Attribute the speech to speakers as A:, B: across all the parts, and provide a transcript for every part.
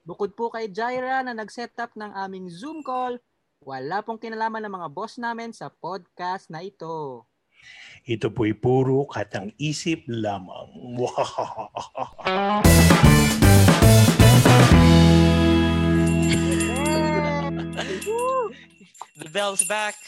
A: Bukod po kay Jaira na nag-set up ng aming Zoom call, wala pong kinalaman ng mga boss namin sa podcast na ito.
B: Ito po'y puro katang isip lamang.
C: The bell's back.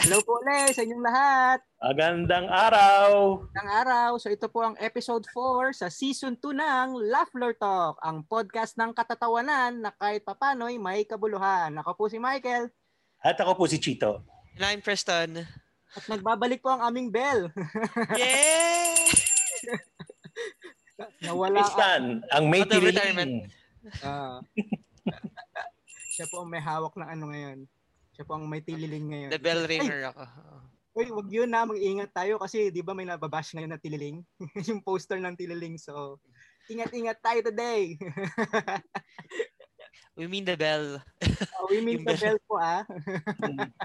A: Hello po ulit sa inyong lahat.
B: Magandang araw!
A: ng araw. So ito po ang episode 4 sa season 2 ng Laughler Talk, ang podcast ng katatawanan na kahit papano'y may kabuluhan. Ako po si Michael
B: At ako po si Chito.
C: And I'm Preston.
A: at nagbabalik po ang aming bell.
C: Yeah!
A: Nawala ang,
B: Kristen, ang may
C: Out of
B: tiling.
C: retirement.
A: ah. siya po ang may hawak ng ano ngayon. Siya po ang may tililing ngayon.
C: The bell ringer ako.
A: Uy, wag yun na, mag-ingat tayo kasi di ba may nababash ngayon na tililing? Yung poster ng tililing. So, ingat-ingat tayo today.
C: We mean the bell.
A: Oh, we mean
C: Yung
A: the bell po ah.
B: Mm.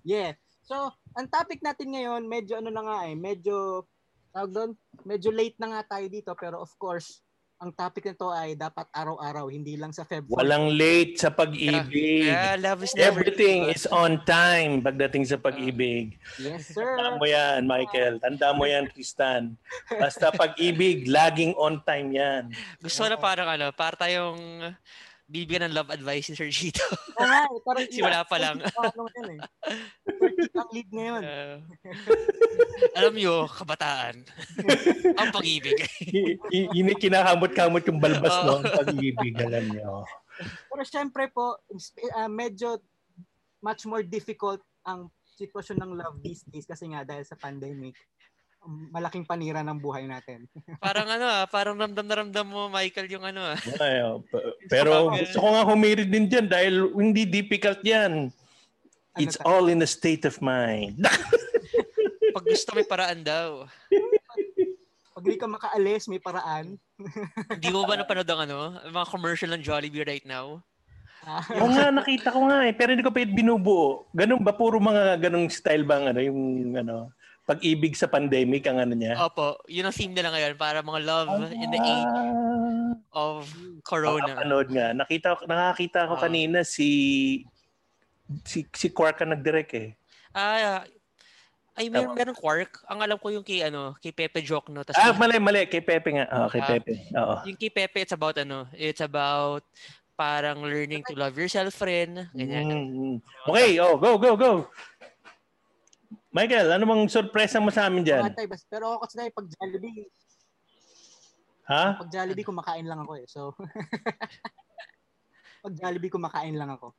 A: Yeah. So, ang topic natin ngayon, medyo ano na nga eh, medyo, tawag doon, medyo late na nga tayo dito, pero of course, ang topic nito ay dapat araw-araw, hindi lang sa Feb.
B: Walang late sa pag-ibig.
C: Yeah, Ah, love is never
B: Everything is on time pagdating sa pag-ibig.
A: Yes, sir.
B: Tanda mo yan, Michael. Tanda mo yan, Tristan. Basta pag-ibig, laging on time yan.
C: Gusto ko na parang ano, para tayong bibigyan ng love advice ni Sir Gito.
A: Oo nga, eh, parang
C: Simula pa lang.
A: ano ngayon eh. Thirty ang lead ngayon.
C: Uh, alam nyo, kabataan. Ang pag-ibig.
B: Y- y- yun yung kinakamot-kamot yung balbas
C: Oo.
B: no, ang pag-ibig, alam niyo.
A: Pero syempre po, sp- ah, medyo much more difficult ang sitwasyon ng love these days kasi nga dahil sa pandemic, um, malaking panira ng buhay natin.
C: Parang ano ah, parang ramdam na ramdam mo, Michael, yung ano ah.
B: Ay, oh, p- Pero gusto ko nga humirid din dyan dahil hindi difficult yan.
A: Ano
B: It's
A: tayo?
B: all in a state of mind.
C: Pag gusto may paraan daw.
A: Pag di ka makaalis, may paraan.
C: Hindi mo ba napanood ang ano? ang Mga commercial ng Jollibee right now?
A: Ah,
B: Oo nga, nakita ko nga eh. Pero hindi ko pa yun binubuo. Ganun ba? Puro mga ganung style bang ano, yung ano, pag-ibig sa pandemic ang ano niya?
C: Opo, yun ang theme nila ngayon para mga love Oh,
B: Oh,
C: in the age of corona.
B: Nakapanood Ah, nga. Nakita, ko- nakakita ko
C: Ah.
B: kanina si si si Quark ang nag-direct eh.
C: Ah, ay,
B: Tama.
C: meron, meron quark. Ang alam ko yung kay, ano, kay Pepe Jokno. Tas
B: Ah,
C: yung-
B: mali, mali. Kay Pepe nga. Oo, kay
C: Ah.
B: Pepe. Oo.
C: yung kay Pepe, it's about ano, it's about parang learning to love yourself, friend. Ganyan.
B: Mm, mm. Okay, oh, go, go, go. Michael, ano bang sorpresa mo sa amin dyan?
A: Matay, bas. Pero ako kasi dahil pag Jollibee,
B: Ha?
A: pag Jollibee kumakain lang ako eh. So, pag Jollibee kumakain lang ako.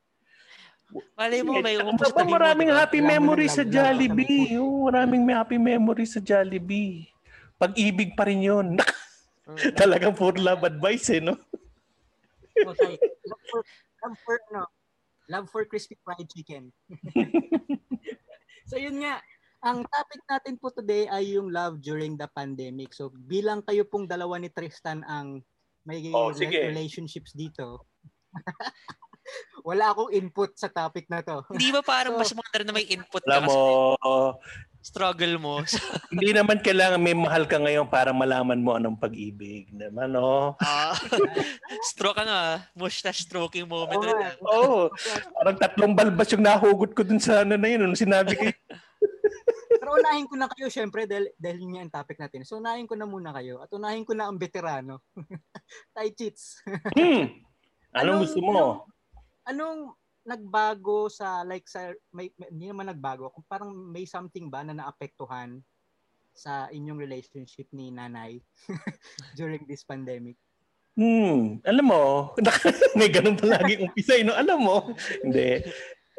C: Malay mo, may
B: Ano
C: umupos
B: ba, maraming happy
A: Wala mo
B: memories
A: nang love, wala
B: sa
A: mo nang
B: Jollibee. Oo, maraming may happy memories sa Jollibee. Pag-ibig pa rin yun.
C: Mm.
B: Talagang for love advice eh, no?
A: So, sorry. love for, love for, ano, love for crispy fried chicken. so, yun nga. Ang topic natin po today ay yung love during the pandemic. So, bilang kayo pong dalawa ni Tristan ang may
B: Oh,
A: re-
B: sige.
A: relationships dito, wala akong input sa topic na to.
C: Hindi ba parang
A: So,
C: mas maganda na may input ka
B: Alam mo,
C: kasi struggle mo?
B: hindi naman kailangan may mahal ka ngayon para malaman mo anong pag-ibig. Naman, oh.
C: Ah, stroke ano ah. Mustache stroking moment.
A: Oo nga.
C: ulit, ah.
B: Oo. parang tatlong balbas yung nahugot ko dun sa ano na yun. Nung sinabi ko, yun.
A: Pero unahin ko na kayo, syempre, dahil, dahil yun nga ang topic natin. So, unahin ko na muna kayo. At unahin ko na ang veterano. Tay Cheats.
B: hmm, anong gusto mo?
A: Anong, anong nagbago sa, like, sa, may, may- hindi naman nagbago. Kung parang may something ba na naapektuhan sa inyong relationship ni nanay during this pandemic?
B: Hmm, alam mo, may ganun palagi umpisa, eh, no? Alam mo, hindi.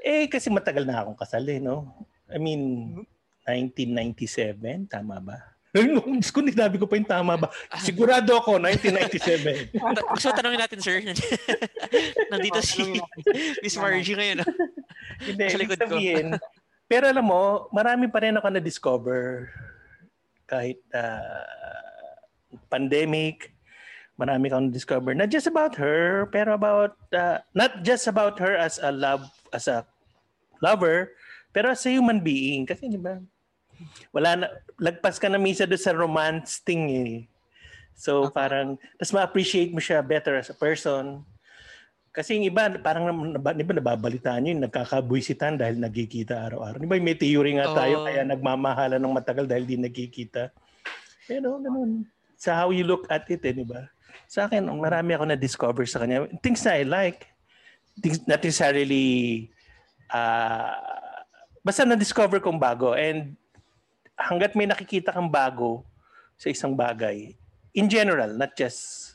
B: Eh, kasi matagal na akong kasal, eh, no? I mean, 1997, tama ba? Ay, no, Diyos ko, sinabi ko pa yung tama ba? Sigurado ako, 1997.
C: Ta- So, tanongin natin, sir. Nandito
A: Oh,
C: si
A: tanungin natin.
C: Miss Margie ngayon. ah.
B: Hindi,
C: Sa
B: ibig
C: likod ko.
B: sabihin. Pero alam mo, marami pa rin ako na-discover kahit ah, pandemic, marami akong discover. Not just about her, pero about, ah, not just about her as a love, as a lover, pero as a human being. Kasi di ba, wala na, lagpas ka na misa doon sa romance thing eh. So
A: Okay.
B: parang, tas ma-appreciate mo siya better as a person. Kasi yung iba, parang nab- di ba nababalitaan yun, nagkakabuisitan dahil nagkikita araw-araw. Di ba may theory nga tayo
C: Oo.
B: kaya nagmamahalan ng matagal dahil di nagkikita. Pero ganun. Sa how you look at it, eh, di ba? Sa akin, ang marami ako na-discover sa kanya. Things na I like. Things not necessarily... ah, basta na-discover kong bago. And hanggat may nakikita kang bago sa isang bagay, in general, not just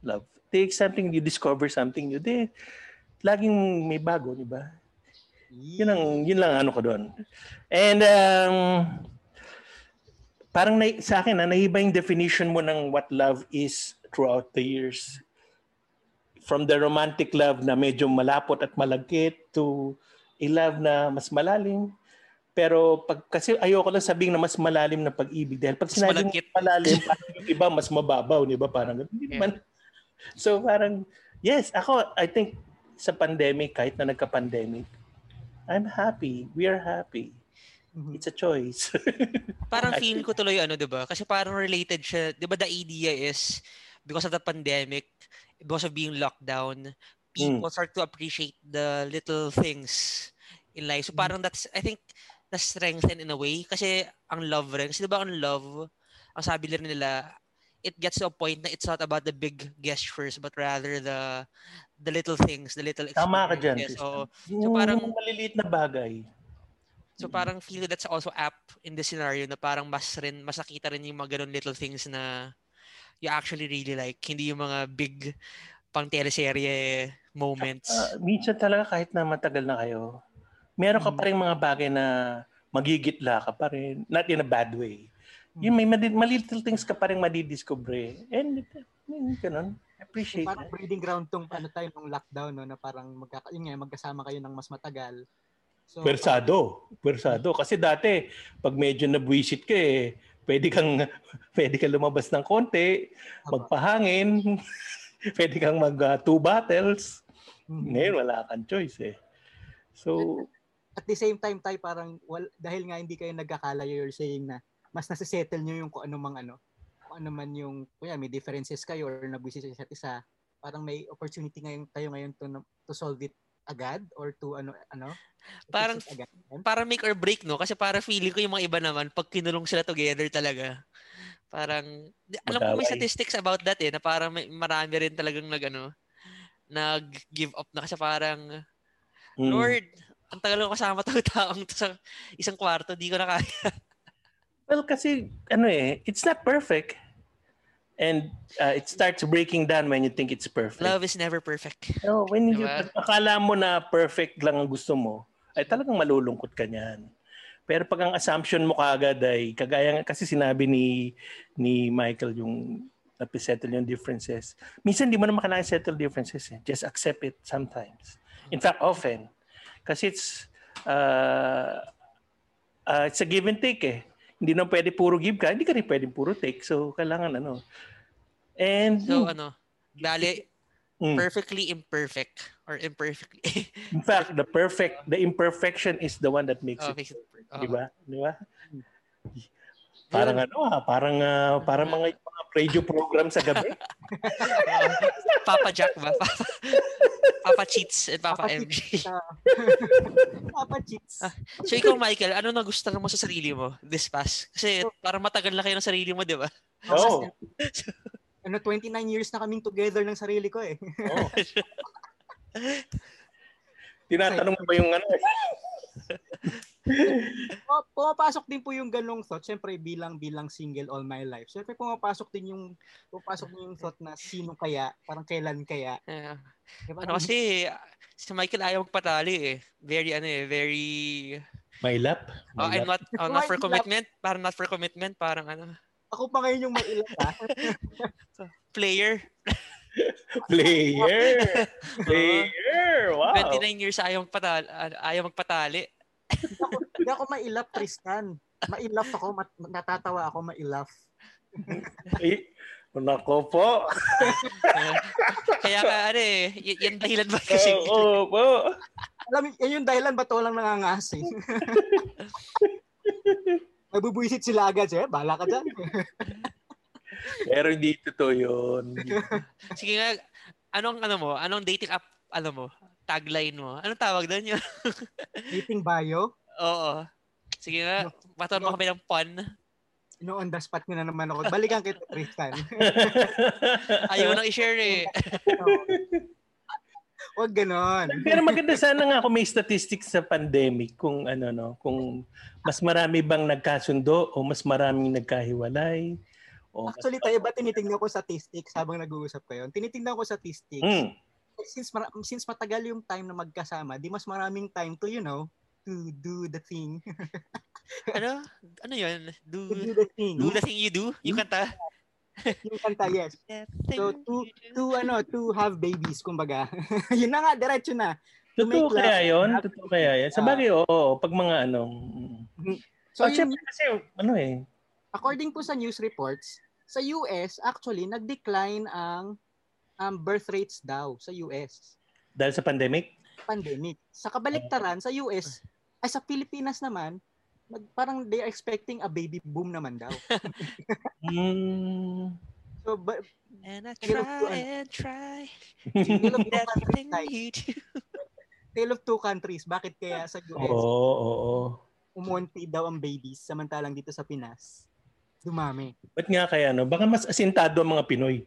B: love. Take something, you discover something new. Di, laging may bago, di ba? Yun, ang, yun lang ano ko doon. And um, parang na, sa akin, na, nahiba yung definition mo ng what love is throughout the years. From the romantic love na medyo malapot at malagkit to a love na mas malalim. Pero pag, kasi ayoko lang sabihin na mas malalim na pag-ibig. Dahil pag
C: Mas
B: sinabi mo
C: malagkit.
B: malalim, parang yung iba mas mababaw, di ba? Parang ganun. Hindi
C: Yeah.
B: naman. So parang, yes, ako, I think sa pandemic, kahit na nagka-pandemic, I'm happy. We are happy.
A: Mhm.
B: It's a choice.
C: Parang
B: I
C: feel
B: see.
C: ko tuloy ano, 'di ba? Kasi parang related siya, 'di ba? The idea is because of the pandemic, because of being locked down,
B: Hmm.
C: people start to appreciate the little things in life.
B: Hmm.
C: So parang that's I think na strengthen in a way kasi ang love rin, kasi 'di ba ang love, ang sabi rin nila, it gets to a point na it's not about the big gestures but rather the the little things, the little
B: Tama ka dyan,
C: experiences. Oo.
B: Yung
C: parang-
B: maliliit na bagay. Mm.
C: So parang feel ko that's also apt in the scenario na parang mas rin, mas nakita rin yung mga ganun little things na you actually really like. Hindi yung mga big pang teleserye moments.
B: Ah, minsan talaga kahit na matagal na kayo, meron ka
A: Mm.
B: pa rin mga bagay na magigitla ka pa rin. Not in a bad way. Yung may mali- malilitil things ka pa rin madidiscover. And, yun, ganun. Appreciate
A: parang
B: it.
A: breeding ground tong ano tayo nung lockdown no na parang magkaka yun nga, magkasama kayo ng mas matagal. So
B: Pwersado. Pwersado. Kasi dati, pag medyo nabwisit ka eh, pwede kang, pwede kang lumabas ng konti,
A: Tama.
B: magpahangin, pwede kang mag uh, two battles.
A: Mhm.
B: Ngayon, wala kang choice eh. So,
A: at the same time tayo parang wal, dahil nga hindi kayo nagkakalayo you're saying na mas nasisettle nyo yung kung ano mang ano kung ano man yung kuya may differences kayo or nabwisit sa isa't isa parang may opportunity ngayon tayo ngayon to na- to solve it agad or to ano ano to
C: Parang
A: fix it agad.
C: Parang make or break, no? Kasi para feeling ko yung mga iba naman, pag kinulong sila together talaga, parang, di- alam ko may
B: Mag-away.
C: statistics about that eh, na parang may, marami rin talagang nag, ano, nag-give up na kasi parang,
B: mm,
C: Lord, ang tagal ko kasama tong taong to sa isang kwarto, di ko na kaya.
B: well kasi, ano eh, it's not perfect. And uh, it starts breaking down when you think it's perfect.
C: Love is never perfect.
B: No, when you,
C: Diba?
B: akala mo na perfect lang ang gusto mo, ay talagang malulungkot ka niyan. Pero pag ang assumption mo kaagad ay, kagaya nga kasi sinabi ni, ni Michael yung napisettle yung differences. Minsan di mo naman kailangan settle differences. Eh. Just accept it sometimes. In fact, often. Kasi it's, uh, uh, it's a give and take eh. Hindi naman pwede puro give ka, hindi ka rin pwede puro take. So, kailangan ano. And,
C: So ano, bali,
B: Mm.
C: perfectly imperfect or imperfectly.
B: In fact, the perfect, the imperfection is the one that makes it,
C: oh, fix it. Oh.
B: di ba? Di ba? Diba? Parang ano ah, parang ah, parang mga, mga radio program sa gabi.
C: Papa Jack ba? Papa, Papa Cheats and Papa,
A: Papa
C: MG.
A: Ah. Papa cheats
C: Ah. So ikaw, Michael, ano nagustuhan mo sa sarili mo this past? Kasi parang matagal na kayo ng sarili mo, di ba?
B: Oo.
A: ano 29 years na kaming together ng sarili ko eh
B: Oo. Tinatanong mo ba yung ano?
A: Pum- pumapasok din po yung ganong thought. Siyempre, bilang bilang single all my life. Siyempre, pumapasok din yung pumapasok din yung thought na sino kaya, parang kailan kaya.
C: Ah,
A: Diba?
C: ano kasi, si Michael ayaw magpatali eh. Very ano eh, very...
B: My lap.
C: Oh,
B: My
C: I'm
B: lap.
C: not, oh, not for commitment. Parang not for commitment. Parang ano,
A: Ako pa ngayon yung ah. mailan ha.
C: player.
B: Player.
C: Oo.
B: Player. Wow.
C: 29 years ayaw magpatali. ah, Ayaw magpatali.
A: Hindi ako mailap, Tristan. Mailap ako, mat- natatawa ako, mailap.
B: Ay, Nako po.
C: Eh, Kaya ka, ano eh, y- yan dahilan ba kasi?
B: Oo po.
A: Alam, mo, yan yung dahilan ba't walang nangangasing? Nabubuisit sila agad siya. Bala ka dyan.
B: Pero hindi totoo yun.
C: Sige nga, anong ano mo, anong dating app ano mo, tagline mo. Anong tawag doon yun?
A: Dating bio?
C: Oo. Sige nga, patuan mo kami ng pun.
A: No, on the spot ko na naman ako. Balikan kita, Tristan.
C: Ayaw nang i-share eh.
A: Huwag ganon.
B: Pero maganda sana nga kung may statistics sa pandemic kung ano no, kung mas marami bang nagkasundo o mas maraming nagkahiwalay. O mas-
A: Actually, tayo ba tinitingnan ko statistics habang nag-uusap kayo? Tinitingnan ko statistics.
C: Hmm.
B: Mm.
A: Since, mara- since matagal yung time na magkasama, di mas maraming time to, you know, to do the thing.
C: Ano? Ano yun? Do,
A: to do the thing.
C: do the thing you do? Yung kanta?
A: Yung kanta, yes.
C: That
A: So,
C: thing
A: to,
C: you do.
A: to, ano, to have babies, kumbaga. Yun na nga, diretso na. To make
B: Totoo
A: love.
B: kaya yun? Totoo kaya yan? Sa bagay, oo. oo, pag mga ano. mm.
A: Ah. So,
B: So,
A: yun,
B: syempre kasi, ano eh.
A: according po sa news reports, sa US, actually, nag-decline ang um, birth rates daw sa US.
B: Dahil sa pandemic?
A: Pandemic. Sa kabaliktaran, sa US, ay sa Pilipinas naman, nag, parang they are expecting a baby boom naman daw.
B: Mm.
A: So, ba,
C: And I
A: Pero-
C: try and try.
A: tale, of two
C: That
A: countries,
C: thing
A: like,
C: you do.
A: tale of two countries, bakit kaya sa
B: Oo,
A: US,
B: oo, oo.
A: umunti daw ang babies, samantalang dito sa Pinas, dumami.
B: Ba't nga kaya, no? Baka mas asintado ang mga Pinoy.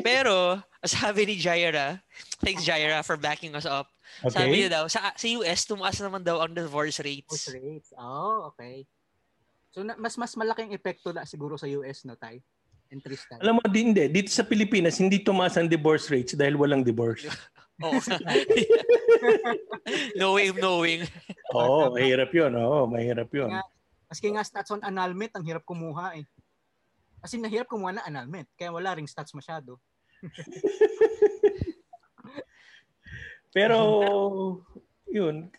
C: Pero, sabi ni Jaira, thanks Jaira for backing us up. Sabi
B: Okay?
C: niya daw, sa, sa US, tumaas naman daw ang divorce
A: Birth
C: rates.
A: rates. Oh, okay. So, na, mas mas malaking epekto na siguro sa US, no, Tay? And Tristan.
B: Alam mo, di, hindi. Dito sa Pilipinas, hindi tumaas ang divorce rates dahil walang divorce.
C: Oo. knowing, knowing.
B: Oo, mahirap yun. Oo, mahirap yun.
A: Maski nga stats on annulment, ang hirap kumuha eh. As in, nahirap kumuha na annulment. Kaya wala ring stats masyado.
B: Pero, yun.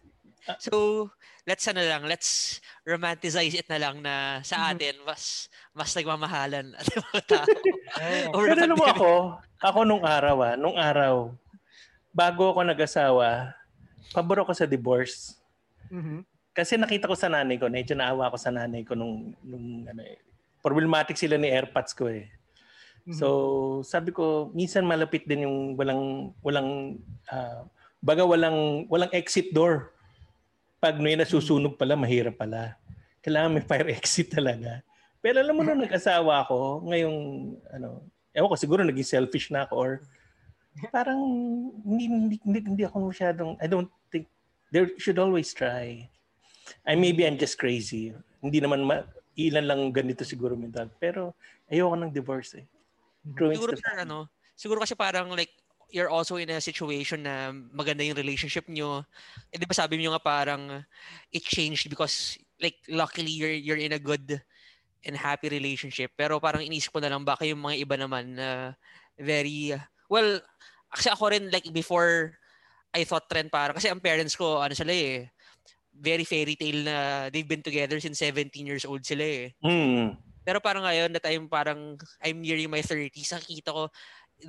C: So, let's ano lang, let's romanticize it na lang na
B: Mm-hmm.
C: sa atin, mas mas nagmamahalan at yung mga tao. Over
B: Pero
C: the
B: alam mo
C: pandemic.
B: ako, ako nung araw ah, nung araw, bago ako nag-asawa, pabor ako sa divorce.
A: Mhm.
B: Kasi nakita ko sa nanay ko, medyo naawa ako sa nanay ko nung, nung ano eh, problematic sila ni airpads ko eh.
A: Mhm.
B: So, sabi ko, minsan malapit din yung walang, walang, ah, baga walang, walang exit door. Pag may nasusunog pala, mahirap pala. Kailangan may fire exit talaga. Pero alam mo nung nag-asawa ako, ngayong, ano, ewan ko, siguro naging selfish na ako or parang hindi, hindi, hindi, hindi ako masyadong, I don't think, there should always try. I maybe I'm just crazy. Hindi naman ma, ilan lang ganito siguro mental. Pero ayoko ng divorce eh. Growing
C: siguro
B: step-
C: sir, ano, siguro kasi parang like you're also in a situation na maganda yung relationship nyo. Eh, di ba sabi niyo nga parang it changed because like luckily you're you're in a good and happy relationship. Pero parang inisip ko na lang baka yung mga iba naman na very well actually ako rin like before I thought rin parang kasi ang parents ko ano sila eh very fairy tale na they've been together since 17 years old sila eh.
B: Mm.
C: Pero parang ngayon na time parang I'm nearing my 30s, nakikita ko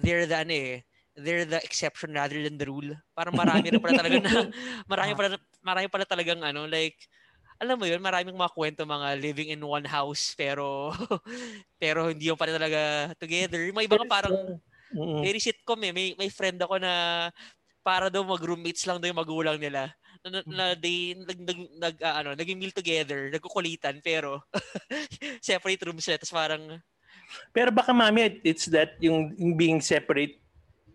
C: they're the ano eh, they're the exception rather than the rule. Parang marami rin pala talaga na marami pala marami pala talagang ano like alam mo yun, maraming mga kwento mga living in one house pero pero hindi yung pala talaga together. Yung mga iba nga parang
B: Mm.
C: very sitcom eh. May, may friend ako na para daw mag-roommates lang daw yung magulang nila. Na, na, na they, nag, nag, nag, ah, ano, naging meal together, nagkukulitan, pero separate rooms sila. Tapos parang,
B: Pero baka mami, it- it's that yung, yung being separate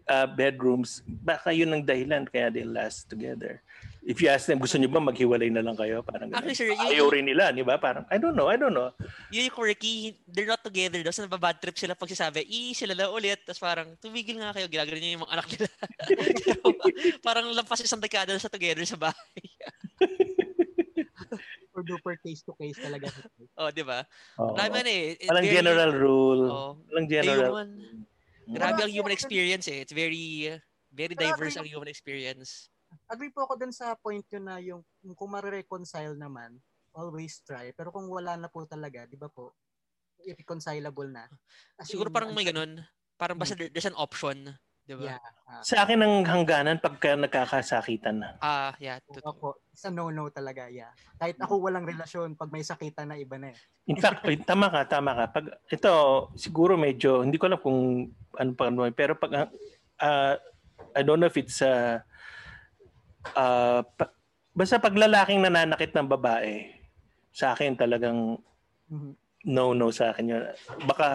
B: uh, bedrooms, baka yun ang dahilan kaya they last together. If you ask them, gusto nyo ba maghiwalay na lang kayo? Parang ganun.
C: Actually, sir, yun-
B: Ayaw rin nila, di ba? Parang, I don't know, I don't know.
C: yun yung quirky, they're not together daw. So, nababad trip sila pag sinasabi, i sila na ulit. Tapos parang, tumigil nga kayo, ginagano niyo yung mga anak nila. Pero, parang lampas isang dekada na sa together sa bahay.
A: Super duper case to case talaga.
C: O, Oh, di ba?
B: Oo.
C: Marami man eh. It's
B: Walang
C: very-
B: general rule.
C: Oo.
B: Walang
C: The
B: general.
C: human. Grabe ang human experience eh. It's very, very
A: Grabe
C: diverse
A: yung-
C: ang human experience.
A: Agree po ako dun sa point yun na yung yung kung ma-reconcile naman, always try. Pero kung wala na po talaga, di ba po, irreconcilable na. As
C: Siguro
A: in,
C: parang
A: ang-
C: may ganun. Parang basta there- there's an option. Di
A: Hmm.
C: ba?
A: Yeah.
B: Sa akin ang hangganan pagka nagkakasakitan na.
C: Ah, yeah.
A: Oo
C: Totoo.
A: po, it's a no-no talaga, yeah. Kahit ako walang relasyon, pag may sakitan na iba na eh.
B: In fact, wait, tama ka, tama ka. Pag ito siguro medyo hindi ko alam kung ano pa ano, pero pag ah, ah, I don't know if it's uh, uh, pa- basta paglalaking nananakit ng babae, sa akin talagang
C: Mm-hmm.
A: Mhm.
B: no-no sa akin yun. Baka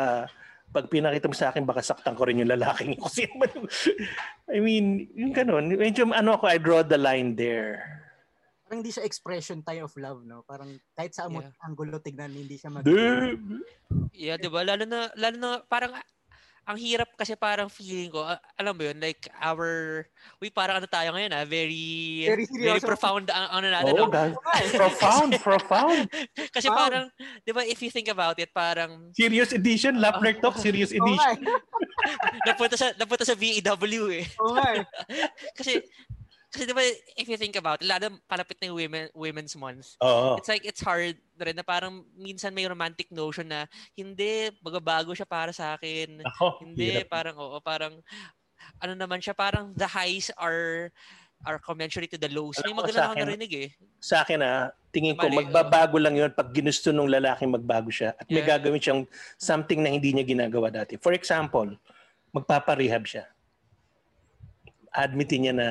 B: pag pinakita mo sa akin, baka saktan ko rin yung lalaking yun. Kasi naman yung- I mean, yung ganun. Medyo ano ako, I draw the line there.
A: Parang hindi siya expression tayo of love, no? Parang kahit sa amot
C: Yeah.
A: ang gulo tignan, hindi siya mag-
B: Dude!
C: Yeah, 'di ba? Lalo na lalo na parang ah, ang hirap kasi parang feeling ko, ah, alam mo 'yun, like our we parang ano tayo ngayon, ah, very
A: Very
C: very
A: seryoso. Oh,
C: profound ang ano natin.
B: Oo, guys.
C: ah.
A: Ay,
B: Oh, Profound, profound.
A: profound.
C: Kasi parang 'di ba if you think about it, parang
B: Serious edition, Lapner Talk, serious
A: oo nga
B: edition.
A: eh.
C: napunta sa napunta sa VEW eh.
A: Oo nga eh.
C: Kasi kasi 'di ba if you think about it, lalo palapit na yung women women's month.
B: Oo.
C: It's like it's hard na rin na parang minsan may romantic notion na hindi magbabago siya para sa akin.
B: Ako,
C: Hindi,
B: Ah, hirap.
C: parang oo, parang ano naman siya, parang the highs are are commensurate to the lows.
B: Alam
C: May
B: mo,
C: maganda
B: sa
C: na ako
B: akin-
C: narinig eh.
B: sa akin ah, tingin ko
C: Mali,
B: magbabago lang yun pag ginusto nung lalaki magbago siya at may
C: Yeah.
B: gagawin siyang something na hindi niya ginagawa dati. For example, magpaparehab siya. Admitin niya na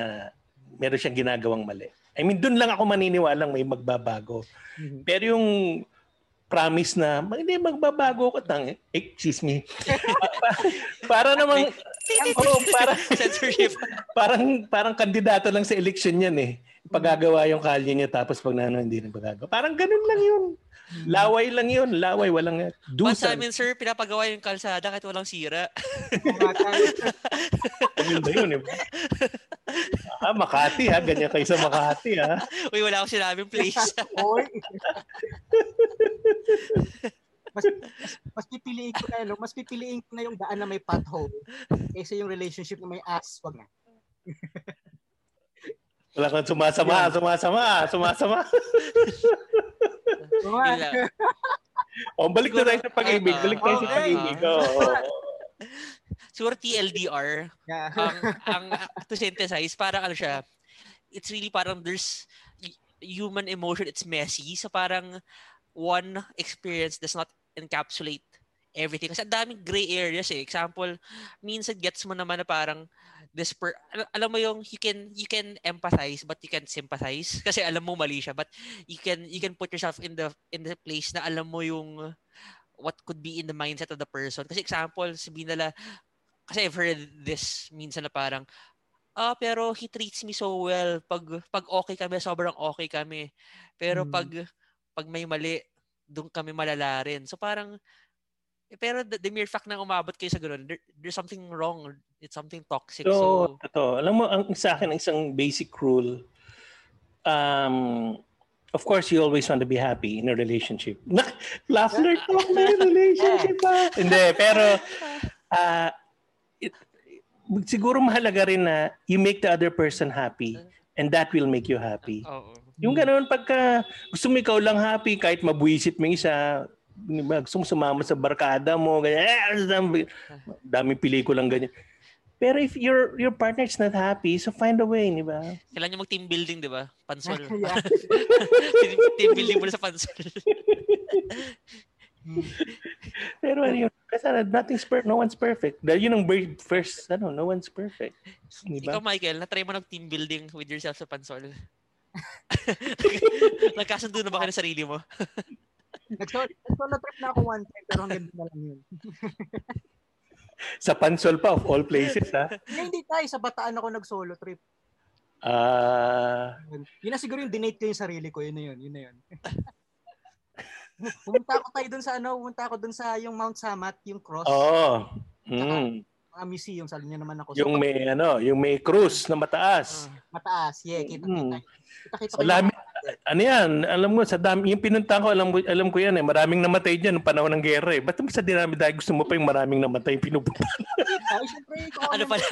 B: meron siyang ginagawang mali. I mean, doon lang ako maniniwalang may magbabago.
A: Mhm.
B: Pero yung promise na "Ma- hindi magbabago ko tang eh, excuse me. para namang Oo, para
C: Censorship.
B: parang parang kandidato lang sa election yan eh. Pagagawa yung kalye niya tapos pag nano hindi rin pagagawa. Parang ganun lang yun. Laway lang yun. Laway. Walang do
C: Basta
B: something.
C: amin, sir, pinapagawa yung kalsada kahit walang sira.
A: Oo nga, kahit-
B: Yun ba yun eh? Ah, Makati ha. Ganyan kayo sa Makati ha.
C: Uy, wala akong sinabing place.
A: Oy. mas, mas, mas pipiliin ko na, no? mas pipiliin ko na yung daan na may pothole kaysa yung relationship na may ass. Wag na.
B: Wala kang sumasama. Sumasama. Sumasama.
A: Oo nga.
C: Yun lang.
B: O, balik na tayo sa pag-ibig. Balik tayo sa pag-ibig. Oo.
C: Siguro TLDR,
A: Yeah.
C: ang, ang to synthesize, parang ano siya, it's really parang there's y- human emotion, it's messy. So parang one experience does not encapsulate everything. Kasi ang daming gray areas eh. Example, minsan gets mo naman na parang this per- al- alam mo yung you can you can empathize but you can't sympathize kasi alam mo mali siya but you can you can put yourself in the in the place na alam mo yung what could be in the mindset of the person kasi example sabihin nila kasi I've heard this minsan na parang, ah, pero he treats me so well. Pag, pag okay kami, sobrang okay kami. Pero
A: Hmm.
C: pag, pag may mali, doon kami malala rin. So parang, eh, pero the, the mere fact na umabot kayo sa ganun, there- there's something wrong. It's something toxic.
B: So,
C: So,
B: totoo. Alam mo, ang sa akin, ang isang basic rule, um, of course, you always want to be happy in a relationship. Nak, Lafner talk na yung relationship ah. Hindi, pero, ah, it- siguro mahalaga rin na you make the other person happy and that will make you happy.
C: oo.
B: Yung ganoon pagka gusto mo ikaw lang happy kahit mabuisit mo yung isa, di ba, gusto mo sumama sa barkada mo, ganyan, eh, ang dami- daming pelikulang ganyan. Pero if your your partner's not happy, so find a way, di ba?
C: Kailangan nyo mag-team building, di ba? Pansol.
A: Yeah.
B: Ah,
C: team, team building muna sa pansol.
B: Pero ano yun, kasi ano, nothing's per, no one's perfect. Dahil yun ang very first, ano, no one's perfect. Di
C: Ikaw,
B: ba?
C: Michael, na-try mo nag-team building with yourself sa pansol. Nagkasundo na ba kayo ng sarili mo?
A: Nag-solo nag-solo trip na ako one time pero hanggang doon na lang yun.
B: Sa Pansol pa, of all places, ha?
A: Hindi, hindi tayo. Sa bataan ako nag-solo trip.
B: Ah,
A: Yun, yun na siguro yung dinate ko yung sarili ko. Yun na yun. Yun na yun. pumunta ako tayo dun sa ano, pumunta ako dun sa yung Mount Samat, yung cross,
B: oo. Mm.
A: mga museum, sabi niya naman ako.
B: Yung may, ano, yung may cruise na mataas.
A: Mataas, yeah, kita kita.
B: Mm.
A: Kita kita.
B: Sa lami, ano yan, alam mo, sa dami, yung pinuntahan ko, alam, ko, alam ko yan eh, maraming namatay dyan noong panahon ng gera eh. Ba't mo sa dinami dahil gusto mo pa yung maraming namatay pinupunta?
A: Ay, syempre, ikaw
C: Ano pala?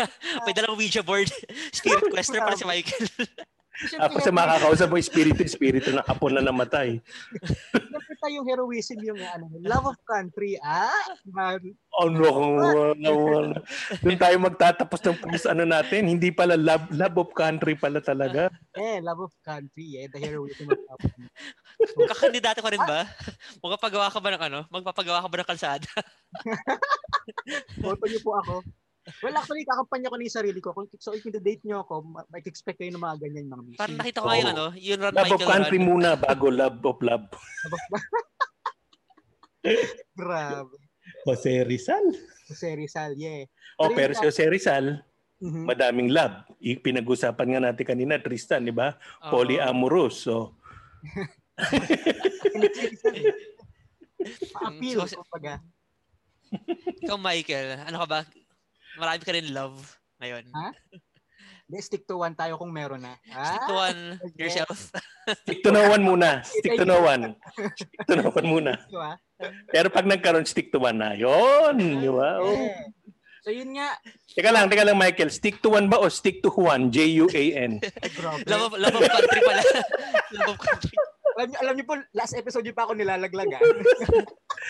C: May dalang Ouija board. Spirit quester para si Michael.
B: Ako sa makakausap mo, espiritu, espiritu na kapo na namatay.
A: Syempre tayo yung heroism yung ano, love of country, ah. Man,
B: Ano kung wala, wala. Doon tayo magtatapos ng post ano natin, hindi pala love, love of country pala talaga.
A: eh, love of country, eh, the heroism of love.
C: Kakandidato ka rin ba? Magpapagawa ka ba ng ano? Magpapagawa ka ba ng kalsada?
A: Boto niyo po ako. Well, actually, kakampanya ko na yung sarili ko. Kung, so, if date nyo ako, ma- might expect kayo ng mga ganyan, mga miss.
C: Parang nakita ko
B: Oo.
C: kayo, ano, yun Ron
B: Love of
C: Michael
B: country
C: Ron.
B: muna bago love of love.
A: Grabe.
B: Jose Rizal.
A: Jose Rizal, yeah.
B: O, Oh, pero si Jose Rizal,
A: Mhm.
B: madaming love. I- Pinag-usapan nga natin kanina, Tristan, di ba?
C: Oo.
B: ah, Polyamorous. So,
A: Felix Rizal, eh. Pa-appeal,
C: Mm, So,
A: kumbaga.
C: Ikaw, Michael, ano ka ba? Marami ka rin love ngayon.
A: Ah? Hindi, stick to one tayo kung meron na. Ah?
C: Stick to one yourself.
B: stick to no one muna. Stick to no one. Stick to no one muna.
A: Di ba?
B: Pero pag nagkaroon, stick to one na. Yun, di ba? Oh.
A: Yeah. So, yun nga.
B: Teka lang, teka lang, Michael. Stick to one ba o stick to Juan? J-U-A-N.
A: Ay, Grabe.
C: love, of, love of country pala. love of country.
A: alam, niyo, alam niyo po, last episode yun pa ako nilalaglag.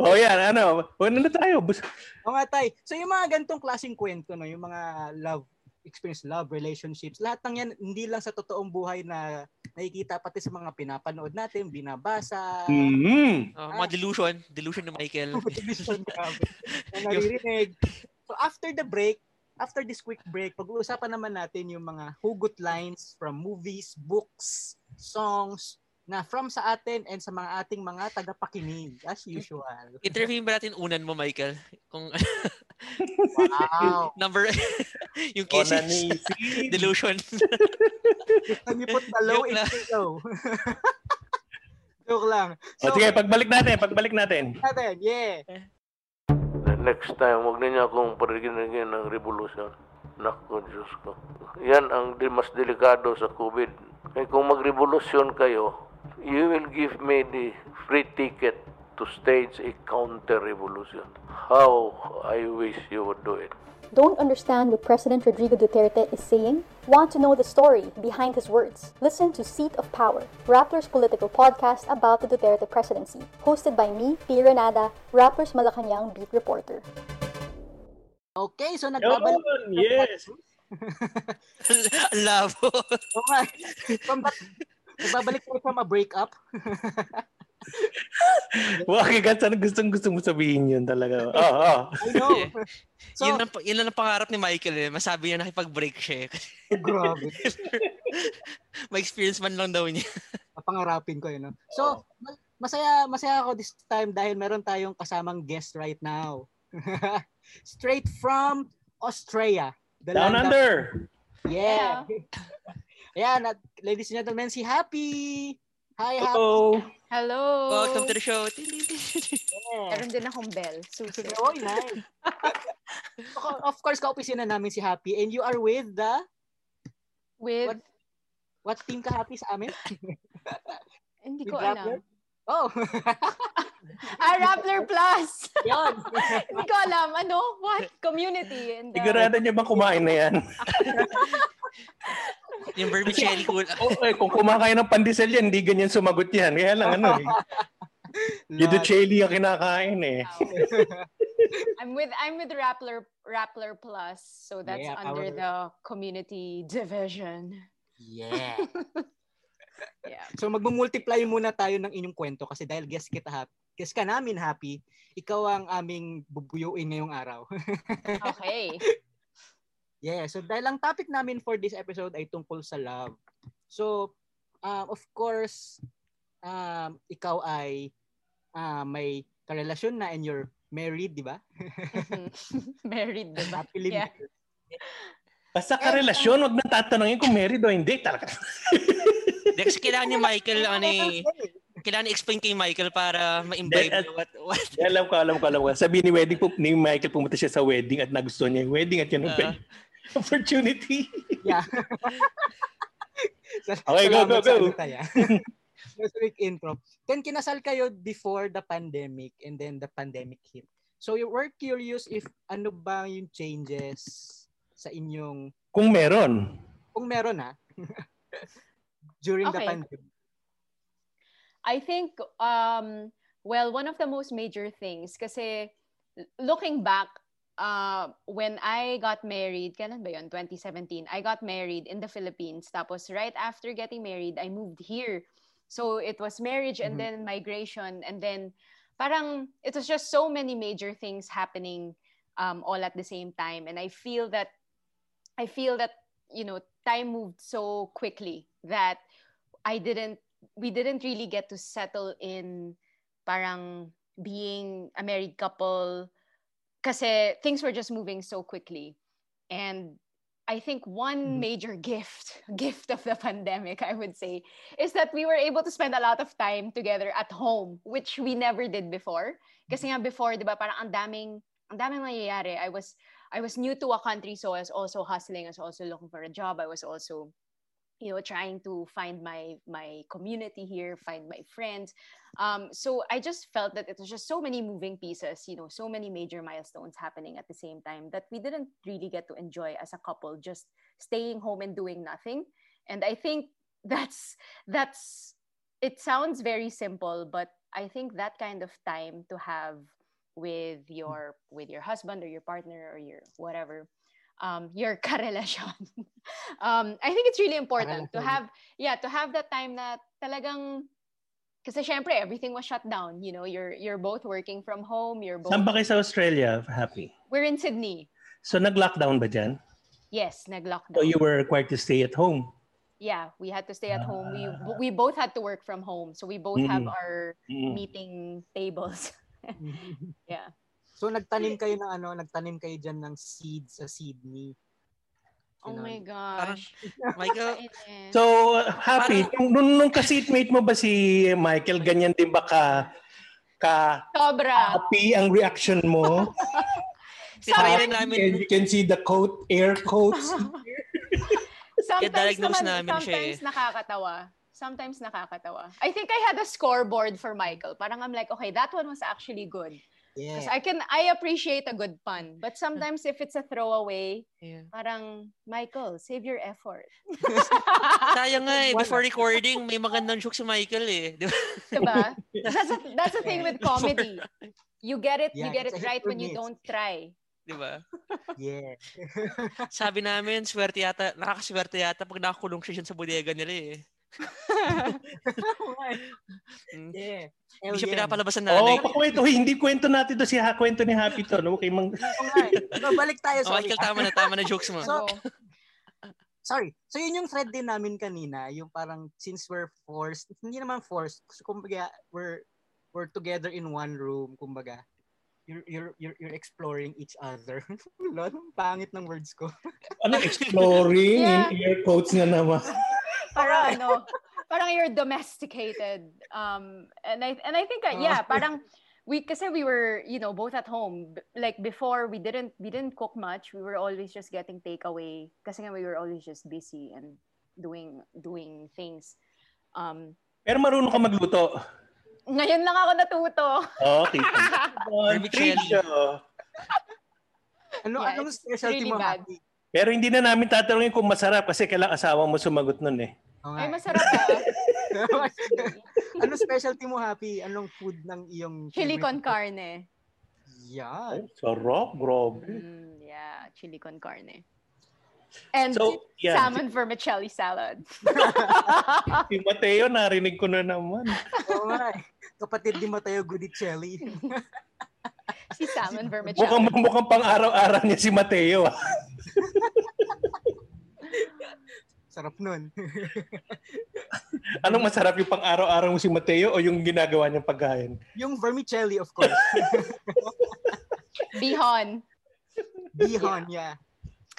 A: Ah.
B: O yan, ano? O, ano na tayo? Bus-
A: O nga tay. So yung mga ganitong klaseng kwento, no, yung mga love experience, love, relationships, lahat ng yan, hindi lang sa totoong buhay na nakikita pati sa mga pinapanood natin, binabasa,
B: Mm.
C: Oh, mga delusion. Delusion ni Michael.
A: television, grabe, na naririnig. So after the break, after this quick break, pag-uusapan naman natin yung mga hugot lines from movies, books, songs, na from sa atin and sa mga ating mga tagapakinig as usual.
C: Interviewin ba natin unan mo, Michael? Kung
A: Wow.
C: number,
B: O,
C: yung cases.
B: nanisip.
C: Delusion.
A: Can you put the low
C: Joke
A: in
C: lang.
A: below? Joke lang.
B: O Oh, sige, pagbalik natin, pagbalik natin.
A: natin, yeah.
D: Next time, huwag na niya akong pariginigin ng revolution. Nako, Diyos ko. Yan ang di- mas delikado sa COVID. Kaya kung magrevolusyon kayo, you will give me the free ticket to stage a counter-revolution. How I wish you would do it.
E: Don't understand what President Rodrigo Duterte is saying? Want to know the story behind his words? Listen to Seat of Power, Rappler's political podcast about the Duterte presidency, hosted by me, P. Renada, Rappler's Malacanang beat reporter.
A: Okay, so nagbabalik.
C: Oh,
B: Yun, yes.
C: love.
A: Oh, my. From that, nagbabalik tayo from a breakup.
B: Waki ka, sana gustong gusto mo sabihin yun talaga. Oo, oh,
A: I know. So,
C: yun, ang, yun ang pangarap ni Michael eh. Masabi niya nakipag-break siya eh.
A: grabe.
C: May experience man lang daw niya.
A: Pangarapin ko yun. No? So, ma- masaya masaya ako this time dahil meron tayong kasamang guest right now. Straight from Australia. The
B: Down
A: land of-
B: under.
A: Yeah. Ayan, at ladies and gentlemen, si Happy. Hi, Happy.
B: Hello.
F: Hello!
A: Oh.
C: Welcome to the show.
A: Yeah.
F: Meron din akong bell. Susi.
A: Sige, oy, nice. of course, ka-opisina namin si Happy and you are with the,
F: With, eh,
A: what team ka Happy sa amin?
F: hindi
A: With
F: ko
A: Rappler?
F: alam.
A: Oh,
F: Ah, Rappler Plus!
A: yun.
F: hindi ko alam. Ano? What? Community. And, uh,
B: Sigurado niyo bang kumain na yan?
C: yung vermicelli ko.
B: oh, eh, kung kumakain ng pandesal yan, hindi ganyan sumagot yan. Kaya lang ano eh. Yuducheli ang kinakain eh.
F: I'm with I'm with Rappler Rappler Plus. So that's
A: Yeah, our-
F: under the community division.
A: Yeah.
F: Yeah.
A: So magmumultiply muna tayo ng inyong kwento kasi dahil guest kita Happy. Guest ka namin Happy. Ikaw ang aming bubuyuin ngayong araw.
F: Okay.
A: Yeah, so dahil ang topic namin for this episode ay tungkol sa love. So, um, of course, um, ikaw ay ah, may karelasyon na and you're married, di ba?
F: Mhm. Married, diba? di ba?
A: Happily
F: Yeah.
A: married.
B: Basta ka relasyon, wag na tatanungin kung married o hindi talaga.
C: Next, kailangan ni Michael, ano eh, kailangan i-explain kay Michael para ma-imbibe niya what, what,
B: Kaya alam ko, alam ko, alam ko. Sabi ni wedding po, ni Michael pumunta siya sa wedding at nagustuhan niya yung wedding at yan ang
C: Ah.
B: pwede- opportunity.
A: Sal-
B: Okay, go,
A: salamat
B: go,
A: sa
B: go.
A: ano tayo. Last week intro. Then kinasal kayo before the pandemic and then the pandemic hit. So you were curious if ano ba yung changes sa inyong,
B: Kung meron.
A: kung meron ha, during the
F: Okay.
A: pandemic.
F: I think um well one of the most major things kasi looking back uh when I got married kailan ba yun 2017 I got married in the Philippines tapos right after getting married I moved here so it was marriage
A: Mhm.
F: and then migration and then parang it was just so many major things happening um, all at the same time. And I feel that, I feel that, you know, time moved so quickly that I didn't, we didn't really get to settle in parang being a married couple kasi things were just moving so quickly. And I think one major gift, gift of the pandemic, I would say, is that we were able to spend a lot of time together at home, which we never did before. Kasi nga before, di ba, parang ang daming, ang daming nangyayari. I was, I was new to a country, so I was also hustling, I was also looking for a job, I was also, you know, trying to find my, my community here, find my friends. Um, so I just felt that it was just so many moving pieces, you know, so many major milestones happening at the same time that we didn't really get to enjoy as a couple, just staying home and doing nothing. And I think that's that's it sounds very simple, but I think that kind of time to have with your with your husband or your partner or your whatever um, your karelasyon. um, I think it's really important to have yeah to have that time na talagang kasi syempre, everything was shut down. You know, you're you're both working from home. You're both...
B: Saan ba kayo sa Australia, Happy?
F: We're in Sydney.
B: So nag-lockdown ba dyan?
F: Yes, nag-lockdown.
B: So you were required to stay at home?
F: Yeah, we had to stay at home. We
B: Ah.
F: we both had to work from home. So we both
B: Mm.
F: have our
B: Mm.
F: meeting tables. yeah.
A: So nagtanim kayo ng ano, nagtanim kayo diyan ng seed sa Sydney.
F: Oh my
C: Parang,
F: gosh.
C: Michael,
F: Kainis.
B: So, uh, Happy, nung, nung, nung ka-seatmate mo ba si Michael, ganyan din ba ka, ka
F: Sobra.
B: happy ang reaction mo?
C: tinry
F: Sometimes,
C: rin namin,
B: And you can see the coat, air coats.
F: sometimes,
C: diagnose
F: naman,
C: namin siya eh.
F: sometimes nakakatawa. Sometimes nakakatawa. I think I had a scoreboard for Michael. Parang I'm like, okay, that one was actually good.
A: Yeah.
F: Because I can, I appreciate a good pun. But sometimes if it's a throwaway,
C: Yeah.
F: parang, Michael, save your effort.
C: sayang nga
A: Wala.
C: eh, before recording, may magandang joke si Michael eh. Di ba?
F: diba? That's a, that's the thing with comedy. You get it, you
A: Yeah,
F: get
A: it's a
F: it
A: hit
F: right
A: or
F: when you
A: miss.
F: don't try.
C: Di ba?
A: Yeah.
C: Sabi namin, swerte yata, nakakaswerte yata pag nakakulong siya dyan sa bodega nila eh.
F: Oh
C: Mm.
A: yeah.
C: Hindi siya
A: Alien.
C: pinapalabas ng
B: Oo,
C: nanay.
B: oh, pakwento. Uy, Hindi kwento natin to si ha, kwento ni Happy to. No? Okay, mang...
A: Oo nga eh. So, balik tayo
C: Oh,
A: sa
C: Michael, tama na, tama na jokes mo.
A: So-
F: So,
A: sorry. So yun yung thread din namin kanina, yung parang since we're forced, hindi naman forced, kasi kumbaga we're we're together in one room, kumbaga. You're you're you're, you're exploring each other. Lord, ang pangit ng words ko.
B: Ano, exploring
F: Yeah.
B: in air coats na naman.
F: parang ano, parang you're domesticated. Um, and I and I think uh, yeah,
A: Oh.
F: parang we kasi we were you know both at home. B- Like before, we didn't we didn't cook much. We were always just getting takeaway. Kasi nga we were always just busy and doing doing things. Um,
B: Pero marunong ka magluto.
F: ngayon lang ako natuto.
B: Oo, okay. Oh, Trish, oh.
A: Ano
F: Yeah,
A: anong
F: it's
A: specialty mo?
F: really bad.
A: Happy?
B: Pero hindi na namin tatanungin kung masarap kasi kailang asawa mo sumagot nun eh.
A: Oo nga
F: Ay
A: eh.
F: masarap ah.
A: anong Ano specialty mo, Happy? Anong food ng iyong
F: Chili
A: favorite?
F: con carne.
A: Yeah.
B: Ay, Sarap, grabe.
F: Mm, yeah, chili con carne. And
B: So, yeah.
F: salmon vermicelli salad.
B: Si Mateo, narinig ko na naman.
A: Oo nga eh. Kapatid ni Mateo Gudicelli.
F: si salmon vermicelli.
B: Mukhang, mukhang pang araw-araw niya si Mateo. ah.
A: Sarap nun.
B: Anong masarap yung pang araw-araw mo si Mateo o yung ginagawa niyang pagkain?
A: yung vermicelli, of course.
F: Bihon.
A: Bihon, yeah.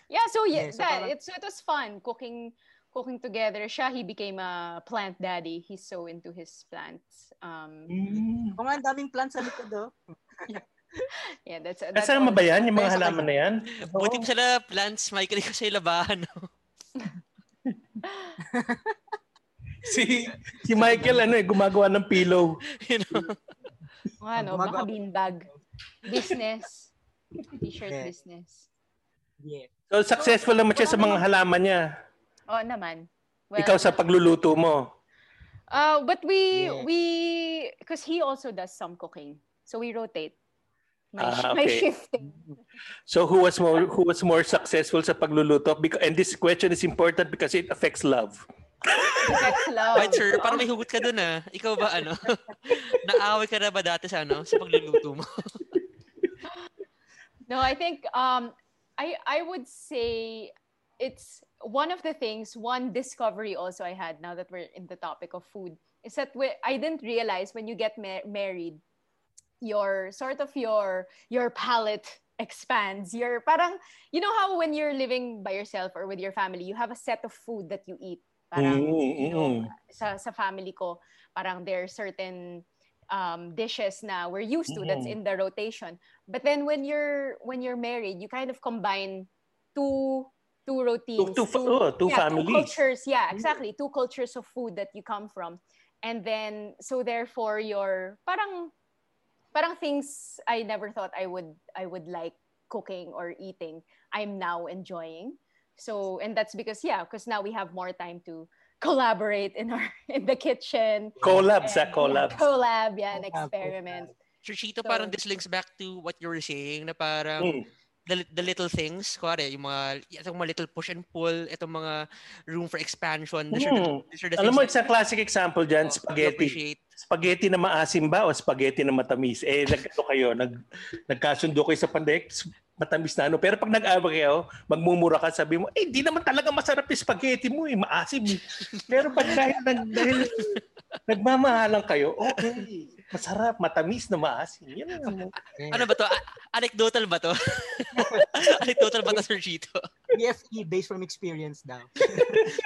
F: Yeah, so
A: Yeah,
F: yeah,
A: so
F: that,
A: parang-
F: it's, it was fun cooking cooking together. Siya, he became a plant daddy. He's so into his plants. Um,
B: Mm.
A: Oo nga, ang daming plants sa likod, oh.
F: yeah, that's,
A: Eh,
F: that's
B: Kasama
F: all-
B: ba yan? Yung mga
A: Nasa-
B: halaman na yan?
C: Buti mo sila, plants, Michael, ikaw sa labahan.
B: Si, si Michael, ano eh, gumagawa ng pillow.
C: you know?
F: Kung ano,
A: Gumagawa-
F: baka beanbag. Business. T-shirt
A: Yeah.
F: business.
A: Yeah.
B: So, successful naman siya sa mga halaman niya.
F: Oh, naman. Well,
B: Ikaw sa pagluluto mo.
F: Uh, but we,
A: Yeah.
F: we, because he also does some cooking. So we rotate. My,
B: Ah,
F: my
B: okay.
F: shifting.
B: So, who was more who was more successful sa pagluluto? Because, and this question is important because it affects love.
F: That's love.
C: Right, sir, parang may hugot ka dun ah. Ikaw ba, ano? Naaway ka na ba dati sa, ano, sa pagluluto mo?
F: No, I think um, I I would say it's one of the things. One discovery also I had now that we're in the topic of food is that we, I didn't realize when you get ma- married, your sort of your your palate expands. Your parang you know how when you're living by yourself or with your family, you have a set of food that you eat. Parang
B: Mm, Mm-hmm,
F: you know,
B: Mm-mm-mm.
F: sa sa family ko, parang there are certain um, dishes na we're used to that's
B: Mm-hmm.
F: in the rotation. But then when you're when you're married, you kind of combine two two routines,
B: Two- two fa- oh, two families.
F: two cultures. Yeah, exactly, two cultures of food that you come from, and then so therefore your parang parang things I never thought I would I would like cooking or eating. I'm now enjoying. So and that's because yeah, because now we have more time to collaborate in our in the kitchen
B: Collabs, ah,
F: and-
B: collabs.
F: collab, yeah, an
A: Collab,
F: experiment.
C: Sir Chito,
F: So-
C: parang this links back to what you were saying na parang
B: Mm.
C: the, the little things, kuwari, yung mga, itong mga little push and pull, itong mga room for expansion, these, are,
B: Mm.
C: the, these are the
B: Alam mo,
C: things
B: it's a classic example dyan,
C: that you
B: spaghetti.
C: appreciate.
B: Spaghetti na maasim ba o spaghetti na matamis? Eh, nagkano kayo, nag, nagkasundo kayo sa pandek, s- matamis na ano. Pero pag nag-awa kayo, magmumura ka, sabi mo, eh, di naman talaga masarap yung spaghetti mo, eh, maasim. eh." Pero pag dahil, nag, dahil nagmamahalan kayo, okay, masarap, matamis na maasim. Yan ang
C: Ano ba to? A- anecdotal ba to? anecdotal ba to, Sir Chito?
A: BFE E, based from experience daw.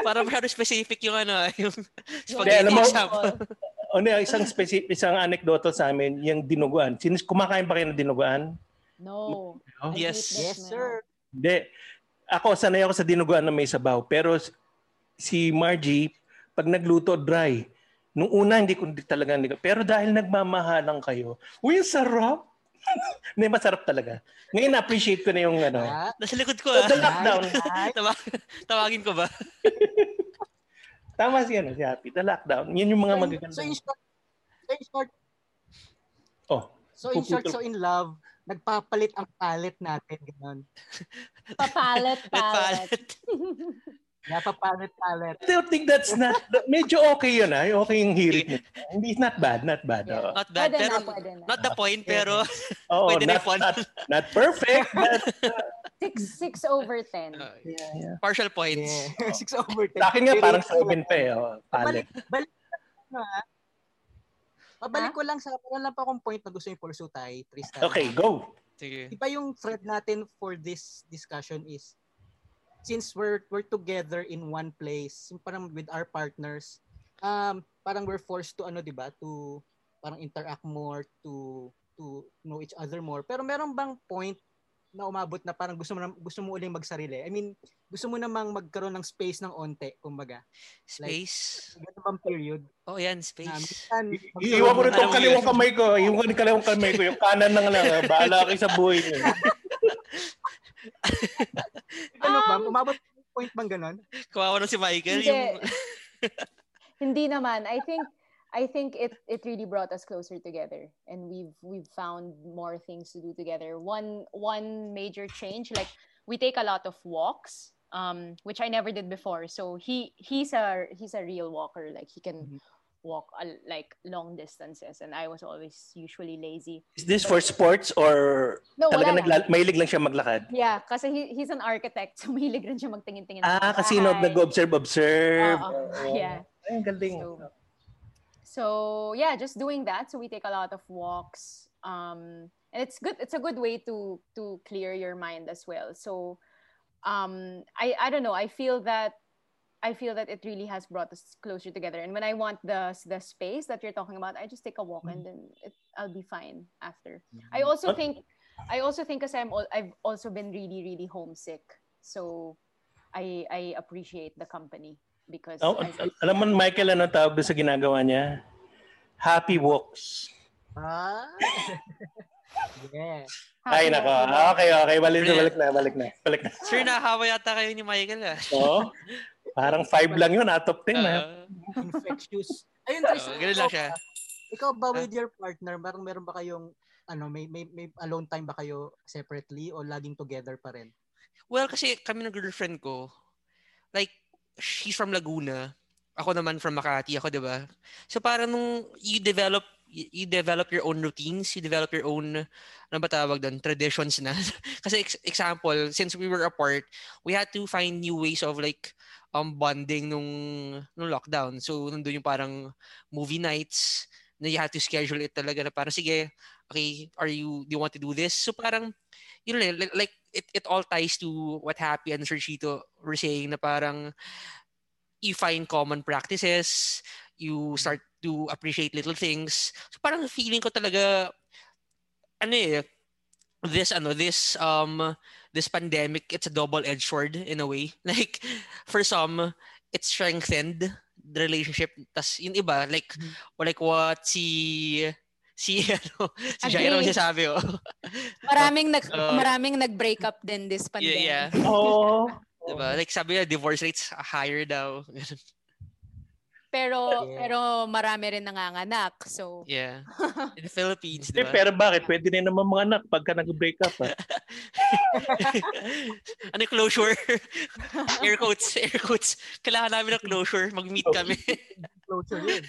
C: Parang masyado specific yung ano, yung
F: Yung
C: spaghetti
B: alam mo-
C: example.
B: Ano, isang, specific, isang anecdotal sa amin, yung dinuguan. Sinis, kumakain pa kayo ng dinuguan?
F: No. I hate
C: Yes.
F: this
A: Yes,
F: smell.
A: sir.
B: Hindi. Ako, sanay ako sa dinuguan na may sabaw. Pero s- si Margie, pag nagluto, dry. Nung una, hindi ko hindi talaga. Hindi, ko- pero dahil nagmamahalang kayo, uy, ang sarap! Hindi, masarap talaga. Ngayon, na-appreciate ko na yung ano.
A: Ah,
C: Nasa likod ko
B: The
C: ah.
B: lockdown.
A: ay,
C: Tawag, tawagin ko ba?
B: Tama si, ano, si Happy. The lockdown. Yan yung mga
A: so, in,
B: magaganda.
A: so in short, so in short,
B: Oh,
A: so in short, so
B: Puputol.
A: in love, nagpapalit ang palette natin. Ganon.
F: Papalit, palit.
C: Palette.
A: Napapalit palette.
B: I don't think that's not... medyo okay yun, ah. Okay yung hirit niya. Hindi, not bad, not bad. Oo.
C: Not bad.
F: Pwede
C: pero,
F: na, pwede na.
C: not the point, pero
B: Oo,
C: Pwede na
B: Oh, not,
C: fun.
B: not, not perfect, but
F: Six, six over ten.
C: uh,
B: yeah, yeah.
C: partial points.
A: Yeah. 6 over 10.
B: Sa akin nga,
A: Pero
B: parang
A: yun,
B: seven pa eh. Oh, palit.
A: Balik, balik, ano ha? Pabalik ko lang sa, wala lang pa akong point na gusto yung pursue tayo, Tristan.
B: Okay, go.
C: Sige.
A: Iba yung thread natin for this discussion is, since we're, we're together in one place, yung parang with our partners, um, parang we're forced to, ano, di ba, to parang interact more, to to know each other more. Pero meron bang point na umabot na parang gusto mo na, gusto mo uling magsarili? I mean, gusto mo namang magkaroon ng space ng onte, kumbaga.
C: Space.
A: Ganun bang period?
C: Oh, yan,
A: Na
C: space.
A: minsan,
B: Iiwan ko
A: magkaroon
B: rin itong
A: ng-
B: kaliwang kamay ko. ah. Iiwan ko rin kaliwang kamay ko. Yung kanan na nga lang. ah. Bahala kayo sa buhay niyo.
A: Ano ba?
F: Um,
A: Umabot ng point bang ganon?
C: Kawawa na si Michael.
F: Hindi.
C: Yung,
F: Hindi naman. I think I think it it really brought us closer together and we've we've found more things to do together. One one major change like we take a lot of walks um which I never did before. So he he's a he's a real walker like he
B: Mm-hmm.
F: can
A: Mhm.
F: walk uh, like long distances and I was always usually lazy.
B: Is this for sports or
F: No,
B: talaga
F: wala na.
B: nagla- mahilig lang siya maglakad?
F: Yeah, kasi he, he's an architect so mahilig rin siya magtingin-tingin. ng
B: Ah,
F: bahay.
B: kasi no, nag-observe, observe.
F: Oo, yeah.
B: Ay, ang galing.
F: So- so yeah just doing that so we take a lot of walks um and it's good it's a good way to to clear your mind as well so um i i don't know i feel that i feel that it really has brought us closer together and when i want the the space that you're talking about i just take a walk and then it, i'll be fine after i also
B: Mm-hmm. But-
F: think i also think because i'm al- i've also been really really homesick so i i appreciate the company because
B: Oh,
F: I-
B: al- alam mo, Michael, ano tawag doon sa ginagawa niya? Happy walks.
A: Ah? yeah.
B: Ay,
F: happy
B: nako. Ah,
F: walking.
B: Okay, okay. Balik na, balik na, balik na. Balik na.
C: sir, nahawa yata kayo ni Michael. Ah.
B: Oo. Parang five lang yun, out of ten. ah.
C: Uh,
A: Infectious. Ayun, Tris.
C: Oo, ganun lang siya. Ah.
A: Ikaw ba with your partner, meron, meron ba kayong ano, may, may, may alone time ba kayo separately o laging together pa rin?
C: well, kasi kami ng girlfriend ko, like, she's from Laguna. Ako naman from Makati. Ako, di ba? So, parang nung you develop y- you develop your own routines, you develop your own, ano ba tawag doon, traditions na. Kasi ex- example, since we were apart, we had to find new ways of like, um, bonding nung, nung lockdown. So, nandun yung parang movie nights na you have to schedule it talaga na parang, sige, okay, are you, do you want to do this? So, parang, you know, like, like it, it all ties to what Happy and Sir Chito were saying na parang you find common practices, you start to appreciate little things. So parang feeling ko talaga, ano eh, this ano this um this pandemic it's a double-edged sword in a way like for some it strengthened the relationship tas yung iba like or like what si si ano si Jairo
G: Agree.
C: sinasabi oh
G: Maraming nag
C: Uh,
G: maraming nag-break up din this pandemic.
C: yeah yeah
B: Oo.
C: Diba? Like sabi niya, divorce rates higher daw.
G: Pero
A: Yeah.
G: pero marami rin nanganganak. So
C: yeah. In the Philippines,
B: Eh,
C: diba?
B: pero bakit? Pwede na naman mga anak pagka nag-break up. ah.
C: ano yung closure? air quotes, air quotes. Kailangan namin ng closure. Mag-meet
B: Oh.
C: kami.
A: Closure yun.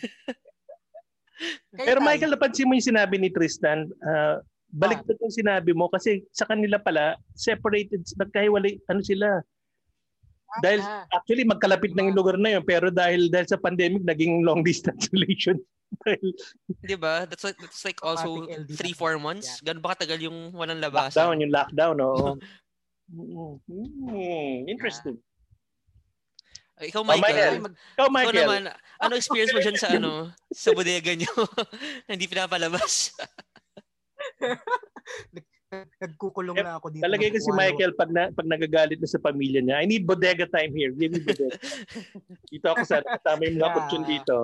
A: Kayo,
B: Pero
A: Tay,
B: Michael, napansin mo yung sinabi ni Tristan, ah, baliktad yung sinabi mo kasi sa kanila pala, separated, nagkahiwalay, ano sila. Dahil
A: ah,
B: actually magkalapit ng lugar na yun pero dahil dahil sa pandemic naging long distance relation dahil
C: diba? That's like, that's like also
A: Automatic LDR.
C: 3-4 months. Ganun ba katagal yung walang
B: lockdown
C: labasan?
B: yung lockdown oo. Mm, interesting.
A: Tay,
C: Ikaw,
B: Oh, Michael.
C: Michael.
A: mag-
B: Ikaw
C: Ikaw
B: Michael,
C: naman, ano experience mo dyan sa ano? Sa bodega nyo? Hindi pinapalabas.
A: nagkukulong
B: Yep,
A: na ako dito.
B: talaga kasi si
A: Nagkukulong.
B: Michael pag na, pag nagagalit na sa pamilya niya, I need bodega time here. Give me bodega. dito ako sa tama yung mga
A: Yeah.
B: option dito.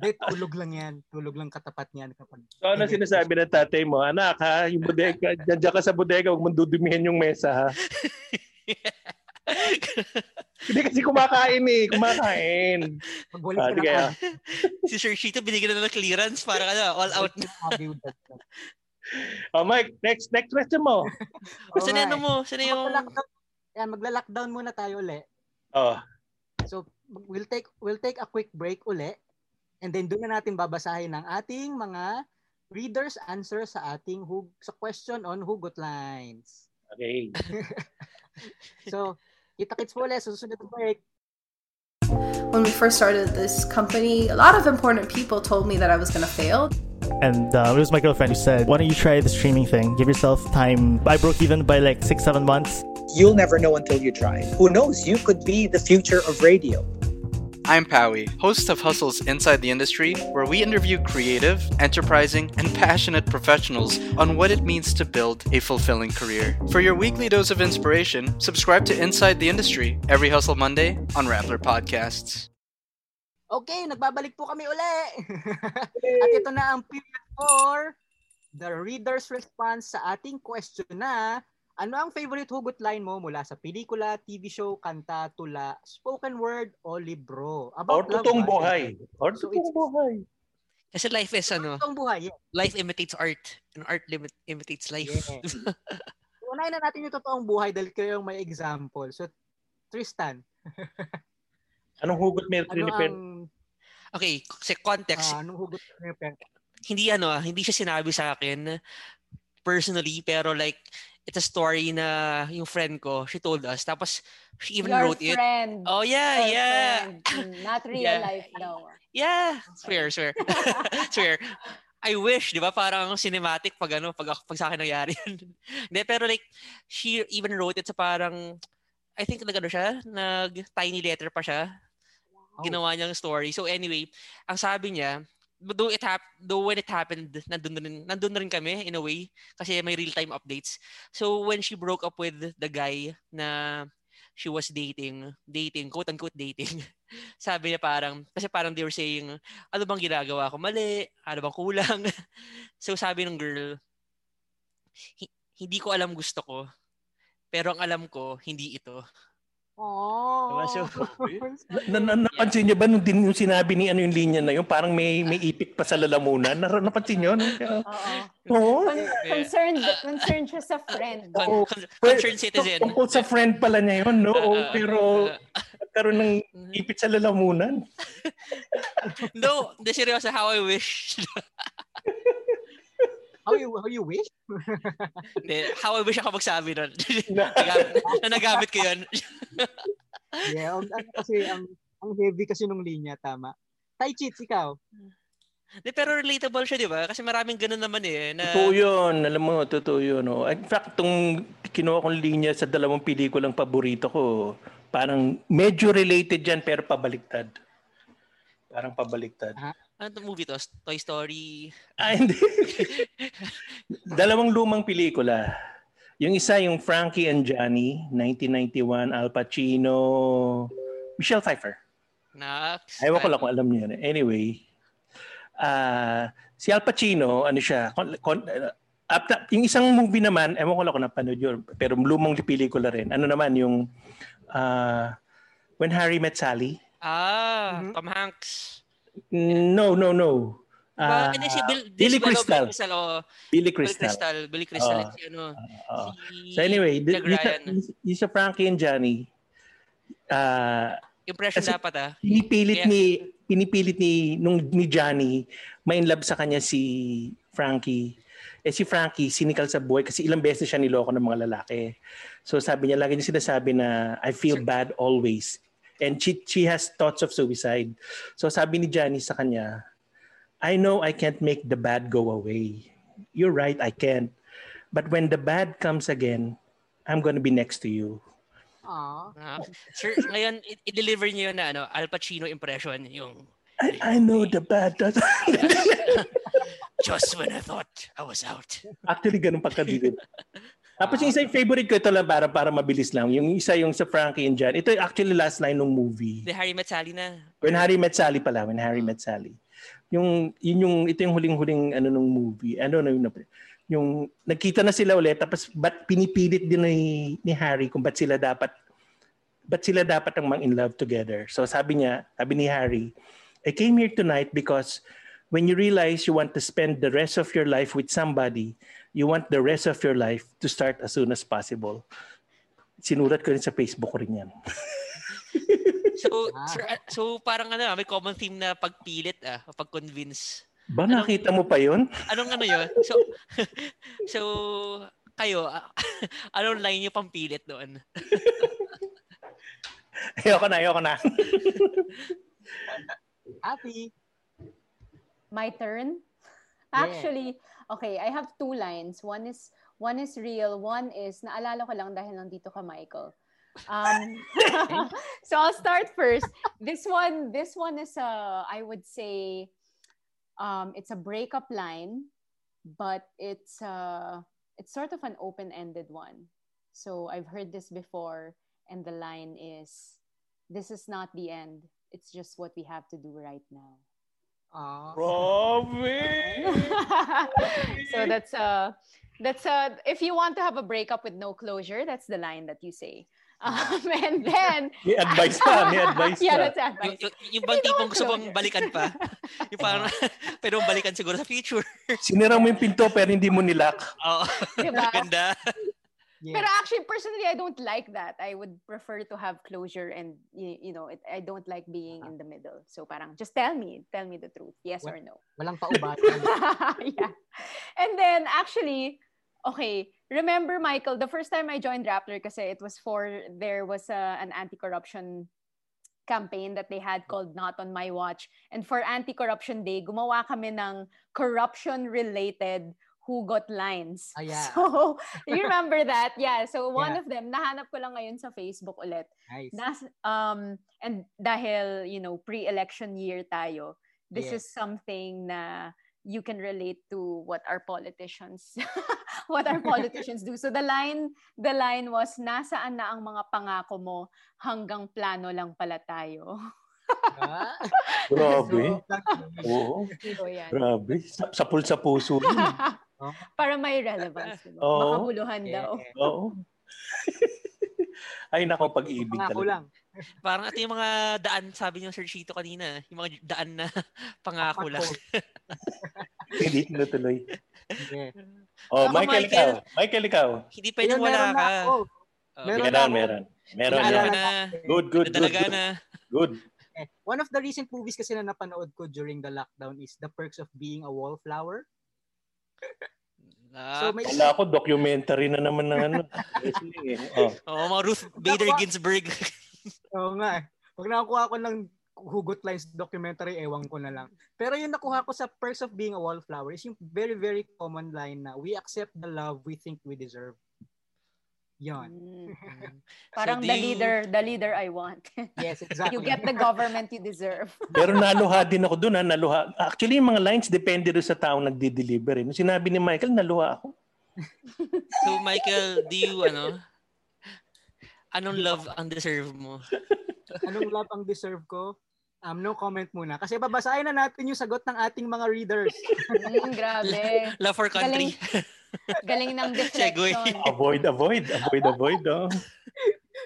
A: Hindi, tulog lang yan. Tulog lang katapat niyan kapag...
B: So ano sinasabi ng tatay mo? Anak ha, yung bodega, diyan ka sa bodega, huwag mong dudumihan yung mesa ha. Hindi kasi kumakain eh, kumakain.
A: Pagbalik
B: Ah,
A: ko
B: di
A: lang,
B: kaya.
A: ah,
C: si Sir Chito, binigyan na ng clearance para ano, all out.
A: sabi ko dito.
B: Oh Mike, next next question mo.
C: Saan na ano
A: Alright.
C: mo? Saan
B: eh.
C: na yung...
A: Magla-lockdown- Yan, magla-lockdown muna tayo uli.
B: Oh.
A: So, mag- we'll take we'll take a quick break uli and then doon na natin babasahin ang ating mga readers answer sa ating hug sa question on hugot lines.
B: Okay.
A: So, kita-kits po ulit sa susunod na break.
H: when we first started this company, a lot of important people told me that I was going to fail.
I: And uh, it was my girlfriend who said, Why don't you try the streaming thing? Give yourself time. I broke even by like six, seven months.
J: You'll never know until you try. Who knows? You could be the future of radio.
K: I'm Powie, host of Hustle's Inside the Industry, where we interview creative, enterprising, and passionate professionals on what it means to build a fulfilling career. For your weekly dose of inspiration, subscribe to Inside the Industry every Hustle Monday on Rappler Podcasts.
A: Okay, nagbabalik po kami uli. At ito na ang period for the reader's response sa ating question na ano ang favorite hugot line mo mula sa pelikula, TV show, kanta, tula, spoken word, o libro?
B: Or
A: love,
B: totoong
A: ah.
B: buhay. Or
A: So
B: totoong
A: it's-
B: buhay.
C: Kasi life is ano,
A: Totoong buhay, yeah.
C: life imitates art and art limit, imitates life.
A: Yeah. So, unahin na natin yung totoong buhay dahil kayo yung may example. So, Tristan,
B: Anong hugot meron
A: ano
B: ni
A: ang
B: Pen?
C: Okay, kasi context,
A: ah, anong hugot ni Pen?
C: hindi ano, ah, hindi siya sinabi sa akin personally, pero like it's a story na yung friend ko, she told us. Tapos she even
F: Your
C: wrote it.
F: friend.
C: Oh yeah,
F: Your
C: yeah.
F: friend. Mm, Not real
C: Yeah.
F: life daw.
C: Yeah, swear, swear. swear. I wish, 'di ba? Parang cinematic pag ano, pag, pag sa akin nangyari yun. Hindi, pero like she even wrote it sa parang I think nagano siya, nag tiny letter pa siya. Ginawa niyang story. So anyway, ang sabi niya, though it hap though when it happened, nandun na rin, nandun na rin kami in a way kasi may real-time updates. So when she broke up with the guy na she was dating, dating, quote-unquote dating, sabi niya parang, kasi parang they were saying, ano bang ginagawa ko mali? Ano bang kulang? so sabi ng girl, "Hi- hindi ko alam gusto ko, pero ang alam ko, hindi ito.
A: Oh.
C: Diba? So,
B: Na, na, napansin niyo ba nung din yung sinabi ni ano yung linya na yun? Parang may may ipit pa sa lalamunan. Na, napansin niyo? Ano? Oo.
F: Oo. Con- concerned, concerned siya sa friend.
C: con-
B: Oo.
C: con-
B: Well,
C: concerned citizen.
B: Tungkol sa friend pala niya yun, no?
C: Ah, ah,
B: pero
C: ah,
B: nagkaroon ng ipit sa lalamunan.
C: No, hindi seryoso. How I wish.
A: how you how you wish?
C: Hindi, Eh, how I wish ako magsabi nun. Nagamit- na nagamit ko yun.
A: yeah, ang, ang- kasi ang, ang heavy kasi nung linya, tama. Tai Chi, ikaw.
C: Hindi, pero relatable siya, di ba? Kasi maraming ganun naman eh. Na,
B: Totoo yun. Alam mo, totoo yun. Oh. In fact, itong kinuha kong linya sa dalawang pelikulang paborito ko, parang medyo related yan pero pabaliktad. Parang pabaliktad.
C: Ano to movie to? Toy Story?
B: Ah, hindi. Dalawang lumang pelikula. Yung isa, yung Frankie and Johnny, 1991, Al Pacino, Michelle Pfeiffer.
C: Na,
B: Ewan ko lang kung alam niyo yun. Anyway, ah si Al Pacino, ano siya, kon, kon, uh, after- yung isang movie naman, ewan ko lang kung napanood yun, pero lumang pelikula rin. Ano naman, yung ah, When Harry Met Sally?
C: ah,
B: Mm-hmm.
C: Tom Hanks.
B: No, no, no. Ah,
C: Uh, and then si Bill,
B: Billy
C: si Bill-
B: Crystal.
C: Billy Crystal. oh.
B: Billy
C: Billy
B: Crystal.
C: Crystal. Billy Crystal.
B: Oo.
C: at si ano,
B: Oo. so anyway, th-
C: Jack
B: yung sa-
C: Ryan.
B: yung sa Frankie and Johnny, ah,
C: Impression
B: Kasi-
C: dapat ah.
B: pinipilit
C: Kaya-
B: ni pinipilit ni nung ni Johnny main love sa kanya si Frankie. Eh si Frankie sinikal sa buhay kasi ilang beses siya niloko ng mga lalaki. So sabi niya lagi niya sinasabi na I feel bad always and she she has thoughts of suicide. So sabi ni Johnny sa kanya, I know I can't make the bad go away. You're right, I can't. But when the bad comes again, I'm gonna be next to you.
C: Ah, sir, ngayon, i- i-deliver niyo yun na ano, Al Pacino impression, yung
B: I, I know the bad does.
C: just when I thought I was out.
B: Actually, ganun pagkadilim. Tapos yung isa yung favorite ko, ito lang para, para mabilis lang. Yung isa yung sa Frankie and John. Ito yung actually last line ng movie.
C: The Harry Met Sally na.
B: When Harry Met Sally pala, when Harry Met Sally. Yung, yun yung, ito yung huling-huling ano nung movie. Ano na yun? Yung nagkita na sila ulit, tapos ba't pinipilit din ni, ni Harry kung ba't sila dapat ba't sila dapat ang mang in love together. So sabi niya, sabi ni Harry, I came here tonight because when you realize you want to spend the rest of your life with somebody, you want the rest of your life to start as soon as possible. Sinulat ko rin sa Facebook ko rin yan.
C: So, sir, ah, so parang ano, ah, may common theme na pagpilit ah, pag-convince.
B: Ba, nakita mo pa yun?
C: Anong ano yun? So, so kayo, ah, anong line niyo pampilit doon?
B: Ayoko na, ayoko na.
A: Happy.
F: My turn? Actually, okay, I have two lines. One is one is real, one is naalala ko lang dahil nandito ka, Michael. Um, so I'll start first. This one, this one is a I would say um it's a breakup line, but it's uh it's sort of an open-ended one. So I've heard this before and the line is this is not the end. It's just what we have to do right now. so that's uh that's uh if you want to have a breakup with no closure, that's the line that you say. Um, and then
B: May advice pa, may advice
F: yeah,
B: pa.
F: that's advice.
C: Yung, yung bang tipong gusto mong balikan pa? Yung parang, pero balikan siguro sa future.
B: Sinira mo yung pinto pero hindi mo nilak.
C: Oo.
F: Diba?
C: Ganda.
F: Pero actually, personally, I don't like that. I would prefer to have closure, and you, you know, it, I don't like being
B: Ah.
F: in the middle. So, parang just tell me, tell me the truth, yes or no.
A: Walang paubat.
F: yeah. And then actually, okay, remember Michael, the first time I joined Rappler kasi it was for there was a, an anti-corruption campaign that they had called Not on My Watch. And for Anti-Corruption Day, gumawa kami ng corruption related who got lines.
A: Ah, yeah.
F: So, you remember that? Yeah. So, one
A: Yeah.
F: of them, nahanap ko lang ngayon sa Facebook ulit.
A: Nice.
F: Nas, um, and dahil, you know, pre-election year tayo, this
A: Yes.
F: is something na you can relate to what our politicians what our politicians do. So the line the line was nasaan na ang mga pangako mo hanggang plano lang pala tayo.
A: Ah.
B: Grabe. Oo.
F: So, yan.
B: Grabe. Sa- Sapul sa puso. yun.
A: Oh.
F: Para may relevance. diba?
B: Oo.
F: Makahuluhan daw.
B: Oo. Ay, nako, pag-ibig
C: Pangako
B: talaga.
A: lang.
C: Parang ito yung mga daan, sabi niyo Sir Chito kanina, yung mga daan na pangako lang.
B: Hindi tinutuloy.
A: Yeah.
B: Oh,
C: Ako,
B: Michael,
C: Michael.
B: ikaw. Michael, ikaw.
C: Hindi pwedeng wala ka. Oh,
L: Meron, meron. Meron, meron
A: oh, Naalala
L: yan.
A: ko.
L: Good, good, good.
C: Talaga
L: good.
C: na.
L: Good.
A: Eh, One of the recent movies kasi na napanood ko during the lockdown is The Perks of Being a Wallflower. So,
B: Ah,
A: may-
L: Wala ako, documentary na naman ng ano. Wrestling eh. Oh.
C: Oo, mga Ruth Bader Ginsburg.
A: Oo nga eh. Pag nakakuha ko ng hugot lines documentary, ewan ko na lang. Pero yung nakuha ko sa Perks of Being a Wallflower is yung very, very common line na we accept the love we think we deserve. Yon.
F: Mm. Parang
A: So, do
F: the
A: you-
F: leader, the leader I want.
A: Yes, exactly.
F: you get the government you deserve.
L: Pero naluha din ako doon. Ha? Naluha. Actually, yung mga lines depende doon sa taong nagdi-deliver. Eh. Nung sinabi ni Michael, naluha ako.
C: So Michael, do you ano? Anong love ang deserve mo?
A: Anong love ang deserve ko? Um, no comment muna. Kasi babasahin na natin yung sagot ng ating mga readers.
F: Mm, grabe.
C: Love for country.
F: Galing ng deflection.
L: Avoid, avoid, avoid, avoid. Oh.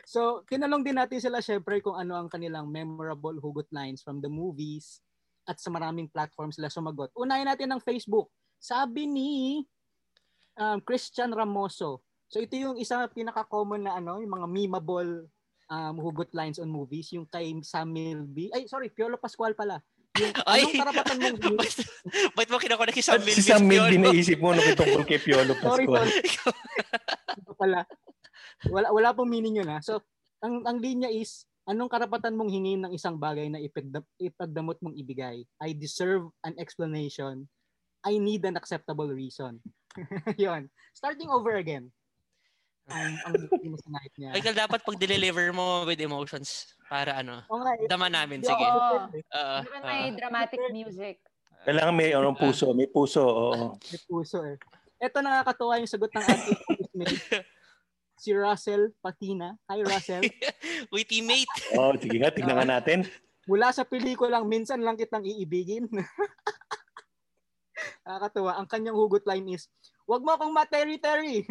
A: So, tinanong din natin sila syempre kung ano ang kanilang memorable hugot lines from the movies at sa maraming platforms sila sumagot. Unahin natin ng Facebook. Sabi ni um, Christian Ramoso. So, ito yung isa pinaka-common na ano, yung mga memeable um, hugot lines on movies. Yung kay Sam Milby. Ay, sorry, Piolo Pascual pala. Yung,
C: Ay!
A: anong karapatan mong
C: Ba't mo kinakonek si Sam
L: Si
C: Milby?
L: Sam eh. Mil
C: Piolo?
L: dinaisip mo nung itungkol kay Piolo
A: Sorry,
L: Pascual.
A: sorry. Ito pala. Wala, wala pong meaning yun ha. So, ang, ang linya is, anong karapatan mong hingin ng isang bagay na ipagda, ipagdamot mong ibigay? I deserve an explanation. I need an acceptable reason. Yun. Starting over again. Ang, ang mo sa night niya.
C: Michael, dapat pag deliver mo with emotions para ano,
A: Oo nga, eh.
C: dama namin. Sige.
F: Oo.
C: Oo.
F: Meron may dramatic music.
L: Kailangan may anong puso. May puso. Oo.
A: May puso eh. Ito nakakatuwa yung sagot ng ating listeners. si Russell Patina. Hi Russell.
C: We teammate.
L: Oh, sige nga, tignan nga natin.
A: mula sa pelikulang Minsan Lang Kitang Iibigin. Nakakatuwa. Ang kanyang hugot line is, Huwag mo akong materi-teri.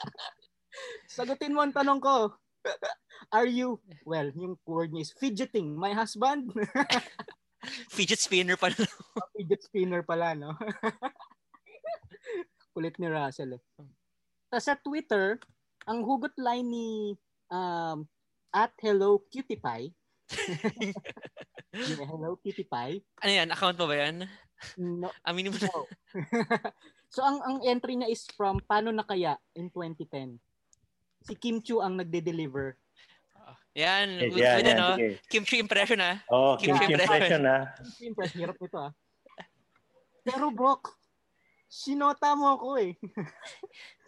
A: Sagutin mo ang tanong ko. Are you, well, yung word niya is fidgeting. My husband,
C: Fidget spinner pa lang.
A: fidget spinner pala, no? Kulit ni Russell. Eh. Tas sa Twitter, ang hugot line ni um, at hello cutie pie. Yeah, hello cutie pie.
C: Ano yan? Account mo ba yan?
A: No,
C: Aminin mo na.
A: No. so ang ang entry niya is from Paano na kaya in 2010. Si Kim Chu ang nagde-deliver.
C: Yan.
L: Yan,
C: with-
L: yan,
C: with
L: yan.
C: ano,
L: Sige.
C: Kimchi impression ah.
L: Oh, Kim
C: Kimchi
L: Kim ah. Impression, ha?
A: Impress, hirap nito ah. Pero Brock, sinota mo ako eh.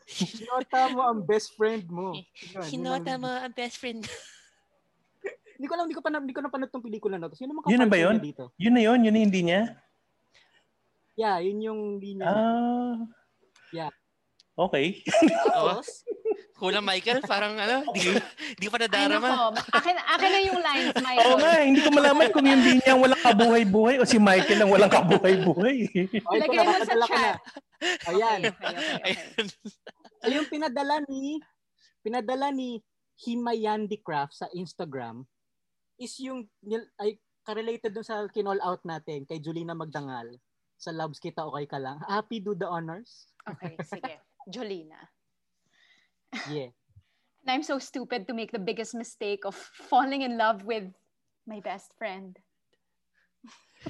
A: sinota mo ang best friend mo. Yun, yun ang-
C: Hinota mo ang best friend.
A: Hindi ko alam, hindi ko pa na- hindi ko napanood tong pelikula na to. Sino mga
L: Yun na ba
A: kapatid
L: yun?
A: niya Dito?
L: Yun na yun, yun na hindi niya.
A: Yeah, yun yung linya.
L: Ah.
A: Yeah.
L: Okay.
C: Oo. Kulang Michael, parang ano, di, di pa
F: Ay,
C: nadarama.
F: nako. Akin, akin na yung lines, Michael.
L: Oo
C: eh.
L: nga, eh, hindi ko malaman kung yung linya ang walang kabuhay-buhay o si Michael ang walang kabuhay-buhay.
A: Oh, ito,
F: Lagay mo sa
A: napadala ko na.
F: chat.
A: Ayan.
F: Okay, okay, okay, okay.
C: Ayan.
A: Ay, yung pinadala ni pinadala ni Himayandi Craft sa Instagram is yung nil- ay karelated dun sa kinall out natin kay Julina Magdangal sa Loves Kita Okay Ka Lang. Happy do the honors.
F: Okay, sige. Jolina.
A: Yeah.
F: And I'm so stupid to make the biggest mistake of falling in love with my best friend.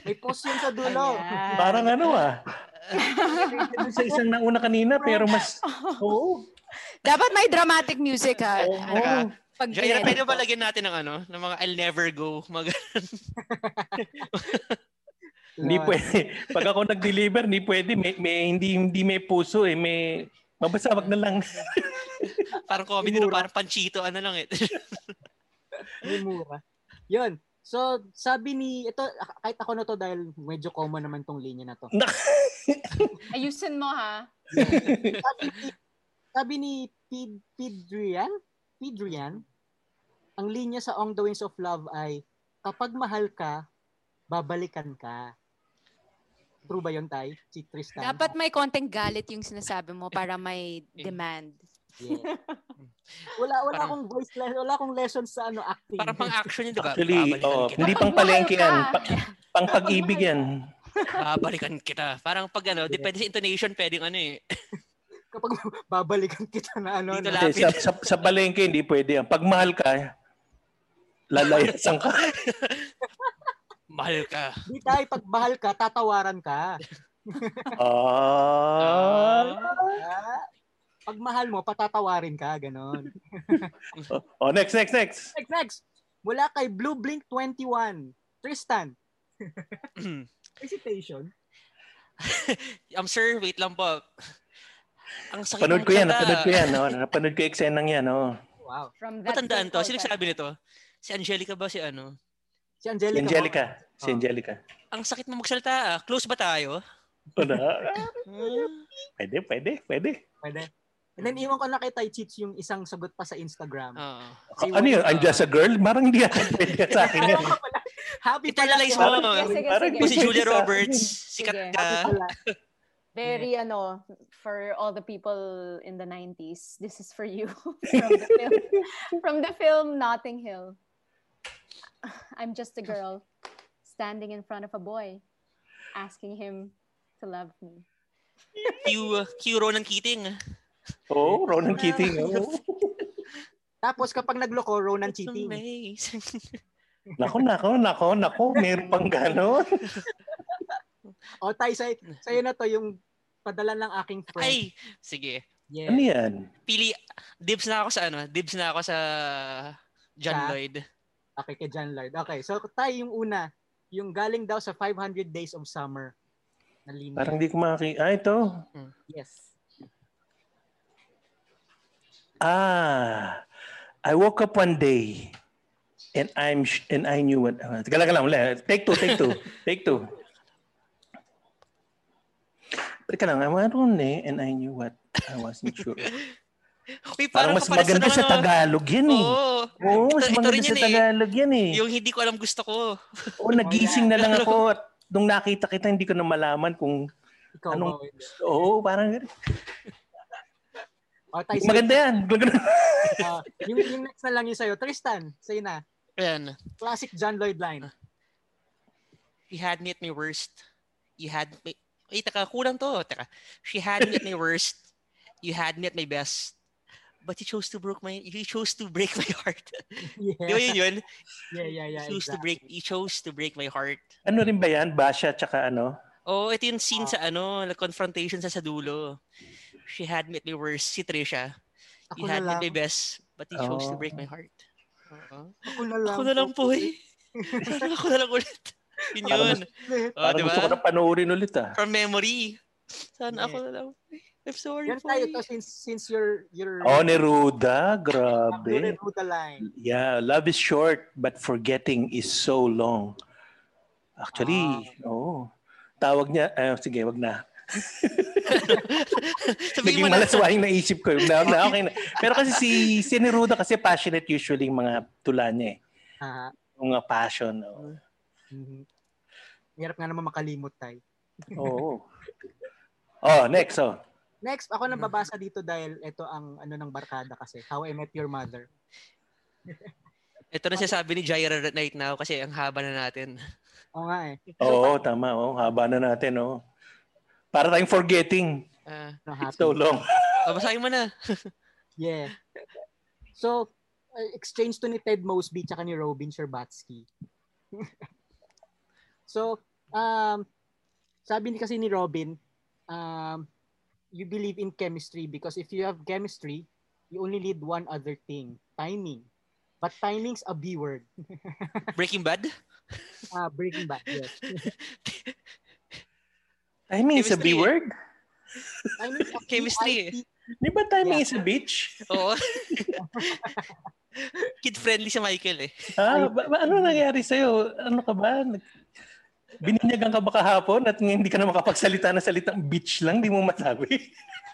A: May post yun sa dulo.
F: Ayan.
L: Parang ano ah. Ito sa isang nauna kanina pero mas oo.
M: Dapat may dramatic music ha. Ano
C: Ah.
M: Pag
C: Jaira,
M: pinedit
C: pwede ba
M: ko.
C: lagyan natin ng ano? Ng mga I'll never go. Mag
L: Hindi
A: Lord.
L: pwede. Pag ako nag-deliver, hindi pwede. May, may, hindi, hindi may puso eh. May, mabasawag na lang.
C: parang comedy na
A: Siguro.
C: parang panchito. Ano lang eh.
A: May mura. Yun. So, sabi ni, ito, kahit ako na to dahil medyo common naman tong linya na to.
F: Ayusin mo ha.
A: sabi ni, sabi ni Pid, Pidrian, Pidrian, ang linya sa On the Wings of Love ay, kapag mahal ka, babalikan ka. True ba yun, Tay? Si Tristan?
M: Dapat may konting galit yung sinasabi mo para may demand.
A: Yeah. wala, wala
C: Parang-
A: akong voice lesson, wala akong lesson sa ano, acting.
C: parang pang action yun, di ba?
L: Actually,
C: Babalikan
L: oo,
C: kita.
L: hindi pang palengke yan. Pa, pang pag-ibig yan.
C: Babalikan kita. Parang pag ano, depende sa intonation, pwedeng ano eh.
A: pag babalikan kita na ano.
C: Dito
A: na-
L: Kasi sa, sa, sa palengke, hindi pwede yan. Pag mahal ka, lalayasan ka.
C: Mahal ka.
A: Di tayo, pag mahal ka, tatawaran ka.
L: Ah.
A: Ah, pag mahal mo, patatawarin ka, ganon.
L: oh, next, next, next.
A: next, next. Mula kay Blue Blink 21. Tristan. Hesitation.
C: I'm Um, sir, wait lang po. Ang sakit
L: Panood
C: ng
L: ko yan,
C: mata.
L: napanood ko yan. Oh, napanood ko yung eksenang yan. Oh.
A: Wow.
F: From that
C: Matandaan to. Sino
F: consultant.
C: nagsabi nito? Si Angelica ba si ano?
A: Si
L: Si
A: Angelica.
L: Angelica. Ah. Si Angelica.
C: Ang sakit mo magsalita. ah. Close ba tayo?
L: Oh, na-
C: Hmm.
L: pwede, pwede, pwede.
A: Pwede. And then, iwan ko na kay Tai Cheats yung isang sagot pa sa Instagram.
C: Oo.
A: Si
L: Ano yun?
A: Wally.
L: I'm just a girl? Marang hindi ako pwede sa akin yan.
A: Happy pala
C: Italalize
A: yun.
C: mo.
F: Sige, sige,
L: Parang
C: Kung si
F: sige.
C: Julia Roberts,
F: Sige.
C: sikat
A: Happy
C: ka.
A: pala.
F: Very ano, for all the people in the 90s, this is for you. from, the film, from the film Notting Hill. I'm just a girl standing in front of a boy asking him to love me.
C: Q, Q Ronan Keating.
L: Oh, Ronan Keating. Oh.
A: Tapos kapag nagloko, Ronan cheating.
C: Amazing.
L: Nako, nako, nako, nako. Meron pang gano'n.
A: O, Tay, Oh, say, sa'yo na to yung padala ng aking friend.
C: Ay, sige.
A: Yeah.
L: Ano yan?
C: Pili, dibs na ako sa ano? Dibs na ako sa John
A: Sa-
C: Lloyd.
A: Okay, kay John Lloyd. Okay, so tayo yung una. Yung galing daw sa 500 Days of Summer. Na linya.
L: Parang hindi ko makaki... Ah, ito.
A: Yes.
L: Ah, I woke up one day and I'm sh- and I knew what. Uh, teka lang, teka lang, wala. Take two, take two, take two. Teka lang, I went on eh and I knew what I wasn't sure.
C: Uy,
L: Parang mas
C: kapares ng
L: maganda sa
C: ano.
L: Tagalog yan eh.
C: Oo.
L: Oo, mas
C: Ito- ito
L: maganda
C: rin
L: sa
C: yun eh.
L: Tagalog yan eh.
C: Yung hindi ko alam gusto ko.
L: Oo, nagising na lang ako at nung nakita kita, hindi ko na malaman kung
A: Ikaw ba?
L: Anong-
A: Wendell?
L: oo, parang ganun.
A: O, tayo sa'yo.
L: maganda yan.
A: Ah, yung, yung next na lang yung sa'yo. Tristan, sa'yo na.
C: Ayan.
A: Classic John Lloyd line.
C: He had me at my worst. You had me... Ay, taka, kulang to. Taka. She had me at my worst. You had me at my best. But you chose to break my... You chose to break my heart. Di ba
A: Yeah,
C: yun yun?
A: yeah, yeah. yeah
C: you chose to
A: exactly.
C: break... You chose to break my heart.
L: ano rin ba yan? Basha tsaka ano?
C: Oo, oh, ito yung scene
A: Ah.
C: sa ano, la- confrontation sa sa dulo. She had me at my worst, si Trisha.
A: Ako
C: you
A: na
C: had me
A: lang.
C: at my best, but you chose to
L: Oh.
C: break my heart. Oo.
A: Ako na lang.
C: Ako na lang po eh. Parang ako na lang ulit. Yun
L: Parang
C: yun.
A: Ulit.
C: Oh,
L: Parang
C: di
L: gusto ko
C: ba?
L: na panoorin ulit ah.
C: From memory. Sana
A: Yeah.
C: ako na lang po eh. I'm sorry
A: Yan
C: po
A: tayo to
C: eh.
A: since, since you're... you're
L: Oh, Neruda.
A: you're
L: Grabe.
A: in Ruta line.
L: Yeah, love is short, but forgetting is so long. Actually, oh. Tawag niya, eh, sige, wag na.
C: Sabihin mo
L: Naging
C: na.
L: malaswaing naisip ko. Wag Na, wag na, okay na. Pero kasi si, si Neruda kasi passionate usually yung mga tula niya eh.
A: Ah,
L: Yung mga passion. Oo.
A: mhm. Hirap nga naman makalimot tayo.
L: Oh. oh, next. Oh.
A: Next, ako nang babasa
C: Mm-hmm.
A: dito dahil ito ang ano ng barkada kasi. How I Met Your Mother.
C: Ito na sinasabi ni Jaira right now kasi ang haba na natin.
A: Oo nga eh.
L: Oo, tama. Oh. Haba na natin. Oh. Para tayong forgetting.
C: Ah,
A: No,
L: It's
A: happy.
L: so long.
C: oh, basahin mo na.
A: Yeah. So, uh, exchange to ni Ted Mosby tsaka ni Robin Sherbatsky. so, um, sabi ni kasi ni Robin, um, you believe in chemistry because if you have chemistry, you only need one other thing, timing. But timing's a B word.
C: Breaking Bad?
A: Ah, breaking back. Yes.
L: Timing is a
C: Chemistry.
L: B word?
A: Timing's a
C: Chemistry.
A: B-I-T.
L: Di ba timing is a bitch?
C: Oo. Kid-friendly si Michael eh.
L: Ah, ba, ba- ano nangyari sa'yo? Ano ka ba? Nag- Bininyagan ka ba kahapon at ngayon hindi ka na makapagsalita na salitang bitch lang, di mo masabi?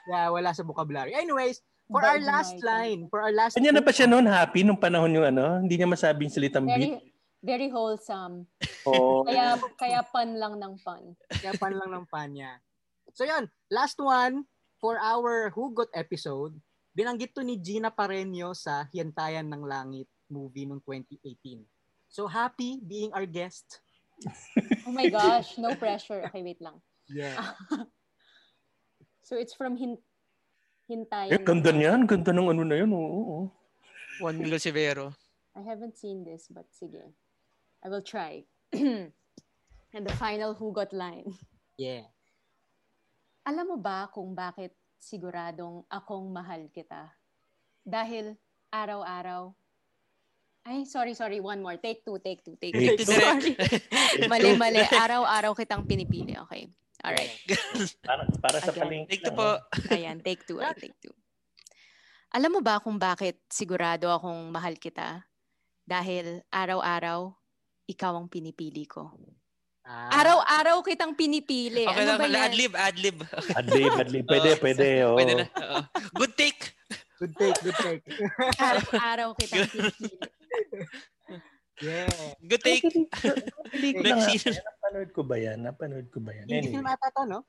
A: Yeah, wala sa vocabulary. Anyways, for
F: Bye,
A: our last
F: Michael.
A: line, for our last
L: Kanya na ba siya noon happy nung panahon yung ano? Hindi niya masabi yung salitang bitch?
F: Very, very wholesome.
L: Oo.
F: Kaya, kaya pan lang ng pan.
A: Kaya pan lang ng pan niya. So yun, last one for our Hugot episode. Binanggit to ni Gina Pareño sa Hiyantayan ng Langit movie noong 2018. So happy being our guest.
F: Oh my gosh, no pressure. Okay, wait lang.
A: Yeah.
F: So it's from Hin Hintayin.
B: Eh, ganda niyan. Ganda ng ano na yun. Oo, oo.
C: Juan Milo Severo.
F: I haven't seen this, but sige. I will try. and the final who got line.
A: Yeah.
F: Alam mo ba kung bakit siguradong akong mahal kita? Dahil araw-araw, ay, sorry, sorry. One more. Take two, take two, take
G: Take two.
F: two. Sorry.
G: Take
F: mali,
G: two.
F: mali. Araw-araw kitang pinipili. Okay. Alright.
B: Para, para sa
G: Again.
B: palengke. oh.
G: Take two po. Ayan, take two. I
F: ah,
G: take two. Alam mo ba kung bakit sigurado akong mahal kita? Dahil araw-araw, ikaw ang pinipili ko.
A: Ah,
G: Araw-araw kitang pinipili.
C: Ah. Okay
G: ano
C: lang,
G: ba yan?
C: adlib, adlib.
B: Adlib, adlib. Pwede,
C: Oo.
B: pwede. oo.
C: Pwede na. oo. Good take.
A: Good take, good take.
G: Araw-araw kitang pinipili.
A: Yeah.
C: Good take.
B: Pelikula nga.
C: Vaccine.
B: Kaya Napanood ko ba yan? Napanood ko ba yan?
A: Hindi
B: Anyway.
A: film ata to, no?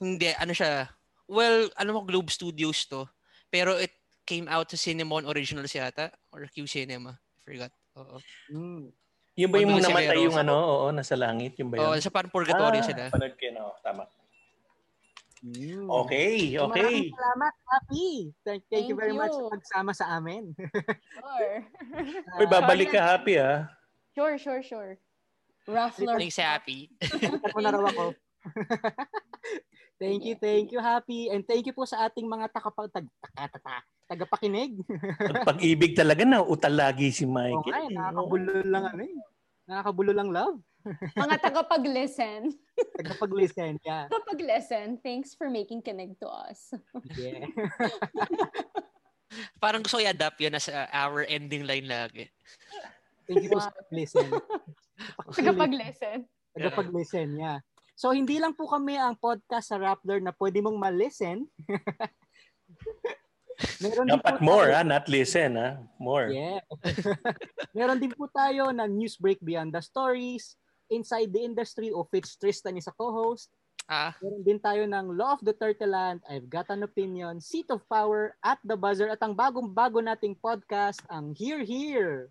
C: Hindi, ano siya. Well, alam ko Globe Studios to. Pero it came out sa Cinemon Originals yata. Or Q Cinema. Forgot. Oo.
A: Mm.
B: Yung ba yung
C: Juan Milo
B: namatay
C: Severo.
B: yung ano? Oo, nasa langit. Yung ba yun?
C: Oo, sa parang
L: Ah.
C: purgatorio sila.
B: Panood ko yun. oo. tama.
A: Mm.
B: Okay, okay.
A: Maraming salamat, Happy. Thank, thank, you
F: Thank
A: very much
F: you.
A: sa pagsama sa amin.
F: Sure.
B: Uy, babalik ka happy ah.
F: Sure, sure, sure. Ruffler.
C: Thanks, Happy.
A: Ako na raw ako. thank you, thank you, Happy. And thank you po sa ating mga takapag tag, takatata, tagapakinig.
B: Pag-ibig talaga na utal lagi si
A: Oo nga, eh,
B: Michael.
A: nakakabulo lang ano eh. Nakakabulo lang love.
F: Mga tagapag-listen.
A: Tagapag-listen ka.
F: Tagapag-listen, thanks for making connect to us.
A: Yeah.
C: Parang gusto ko i-adapt yan as a our ending line lagi.
A: Thank you po sa pag-listen.
F: Tagapag-listen.
A: Tagapag-listen, yeah. So, hindi lang po kami ang podcast sa Rappler na pwede mong ma-listen. Meron din
B: Dapat
A: po
B: more
A: tayo-
B: ah, not listen ah. More.
A: Yeah. Meron din po tayo na news break beyond the stories, inside the industry of which Tristan is a co-host.
C: Ah,
A: Meron din tayo ng Law of the Turtle Land, I've Got an Opinion, Seat of Power, At the Buzzer, at ang bagong-bago nating podcast, ang Here Here.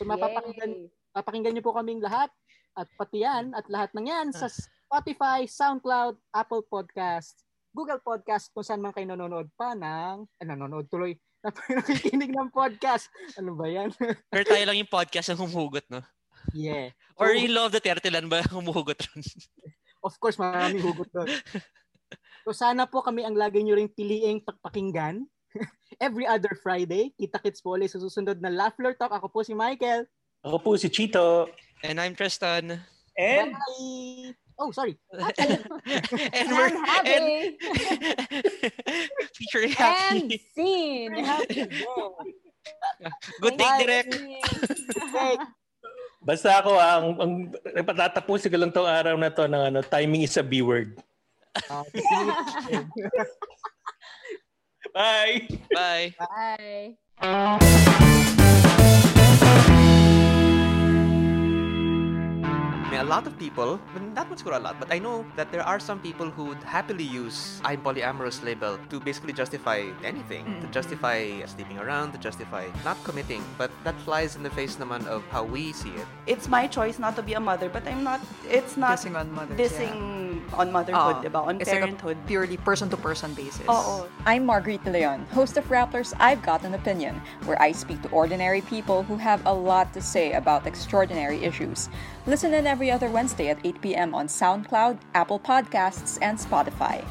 A: So mapapakinggan
F: Yay.
A: Papakinggan niyo po kaming lahat at pati yan at lahat ng yan sa Spotify, SoundCloud, Apple Podcast, Google Podcast kung saan man kayo nanonood pa ng eh, nanonood tuloy na nakikinig ng podcast. Ano ba yan?
C: pero tayo lang yung podcast ang humugot, no?
A: yeah.
C: Or
A: Oo.
C: yung Love the Tertilan ba ang humugot ron?
A: Of course, maraming hugot doon. So sana po kami ang lagi niyo ring piliing pakinggan. Every other Friday, kita-kits po ulit sa susunod na Laughler Talk. Ako po si Michael.
B: Ako po si Chito.
C: And I'm Tristan.
B: And
A: Bye! Oh, sorry.
C: and
F: And
C: we're and,
F: happy.
C: featuring
F: And,
C: Happy.
F: scene.
C: Good take, Direk.
A: Hey,
B: basta ako ah, ang, ang patatapos ko lang tong araw na to ng ano, timing is a B word.
A: uh,
B: Bye!
C: Bye.
F: Bye.
K: I mean, a lot of people, I mean, not much a lot, but I know that there are some people who would happily use I'm polyamorous label to basically justify anything, to justify sleeping around, to justify not committing, but that flies in the face naman of how we see it.
N: it's my choice not to be a mother, but I'm not, it's not dissing on,
O: mothers,
N: motherhood,
O: Oo.
N: diba? On
O: It's like a
N: parenthood.
O: purely person-to-person basis.
N: Oo.
L: I'm Marguerite De Leon, host of Rappler's I've Got an Opinion, where I speak to ordinary people who have a lot to say about extraordinary issues. Listen in every other Wednesday at 8 p.m. on SoundCloud, Apple Podcasts, and Spotify.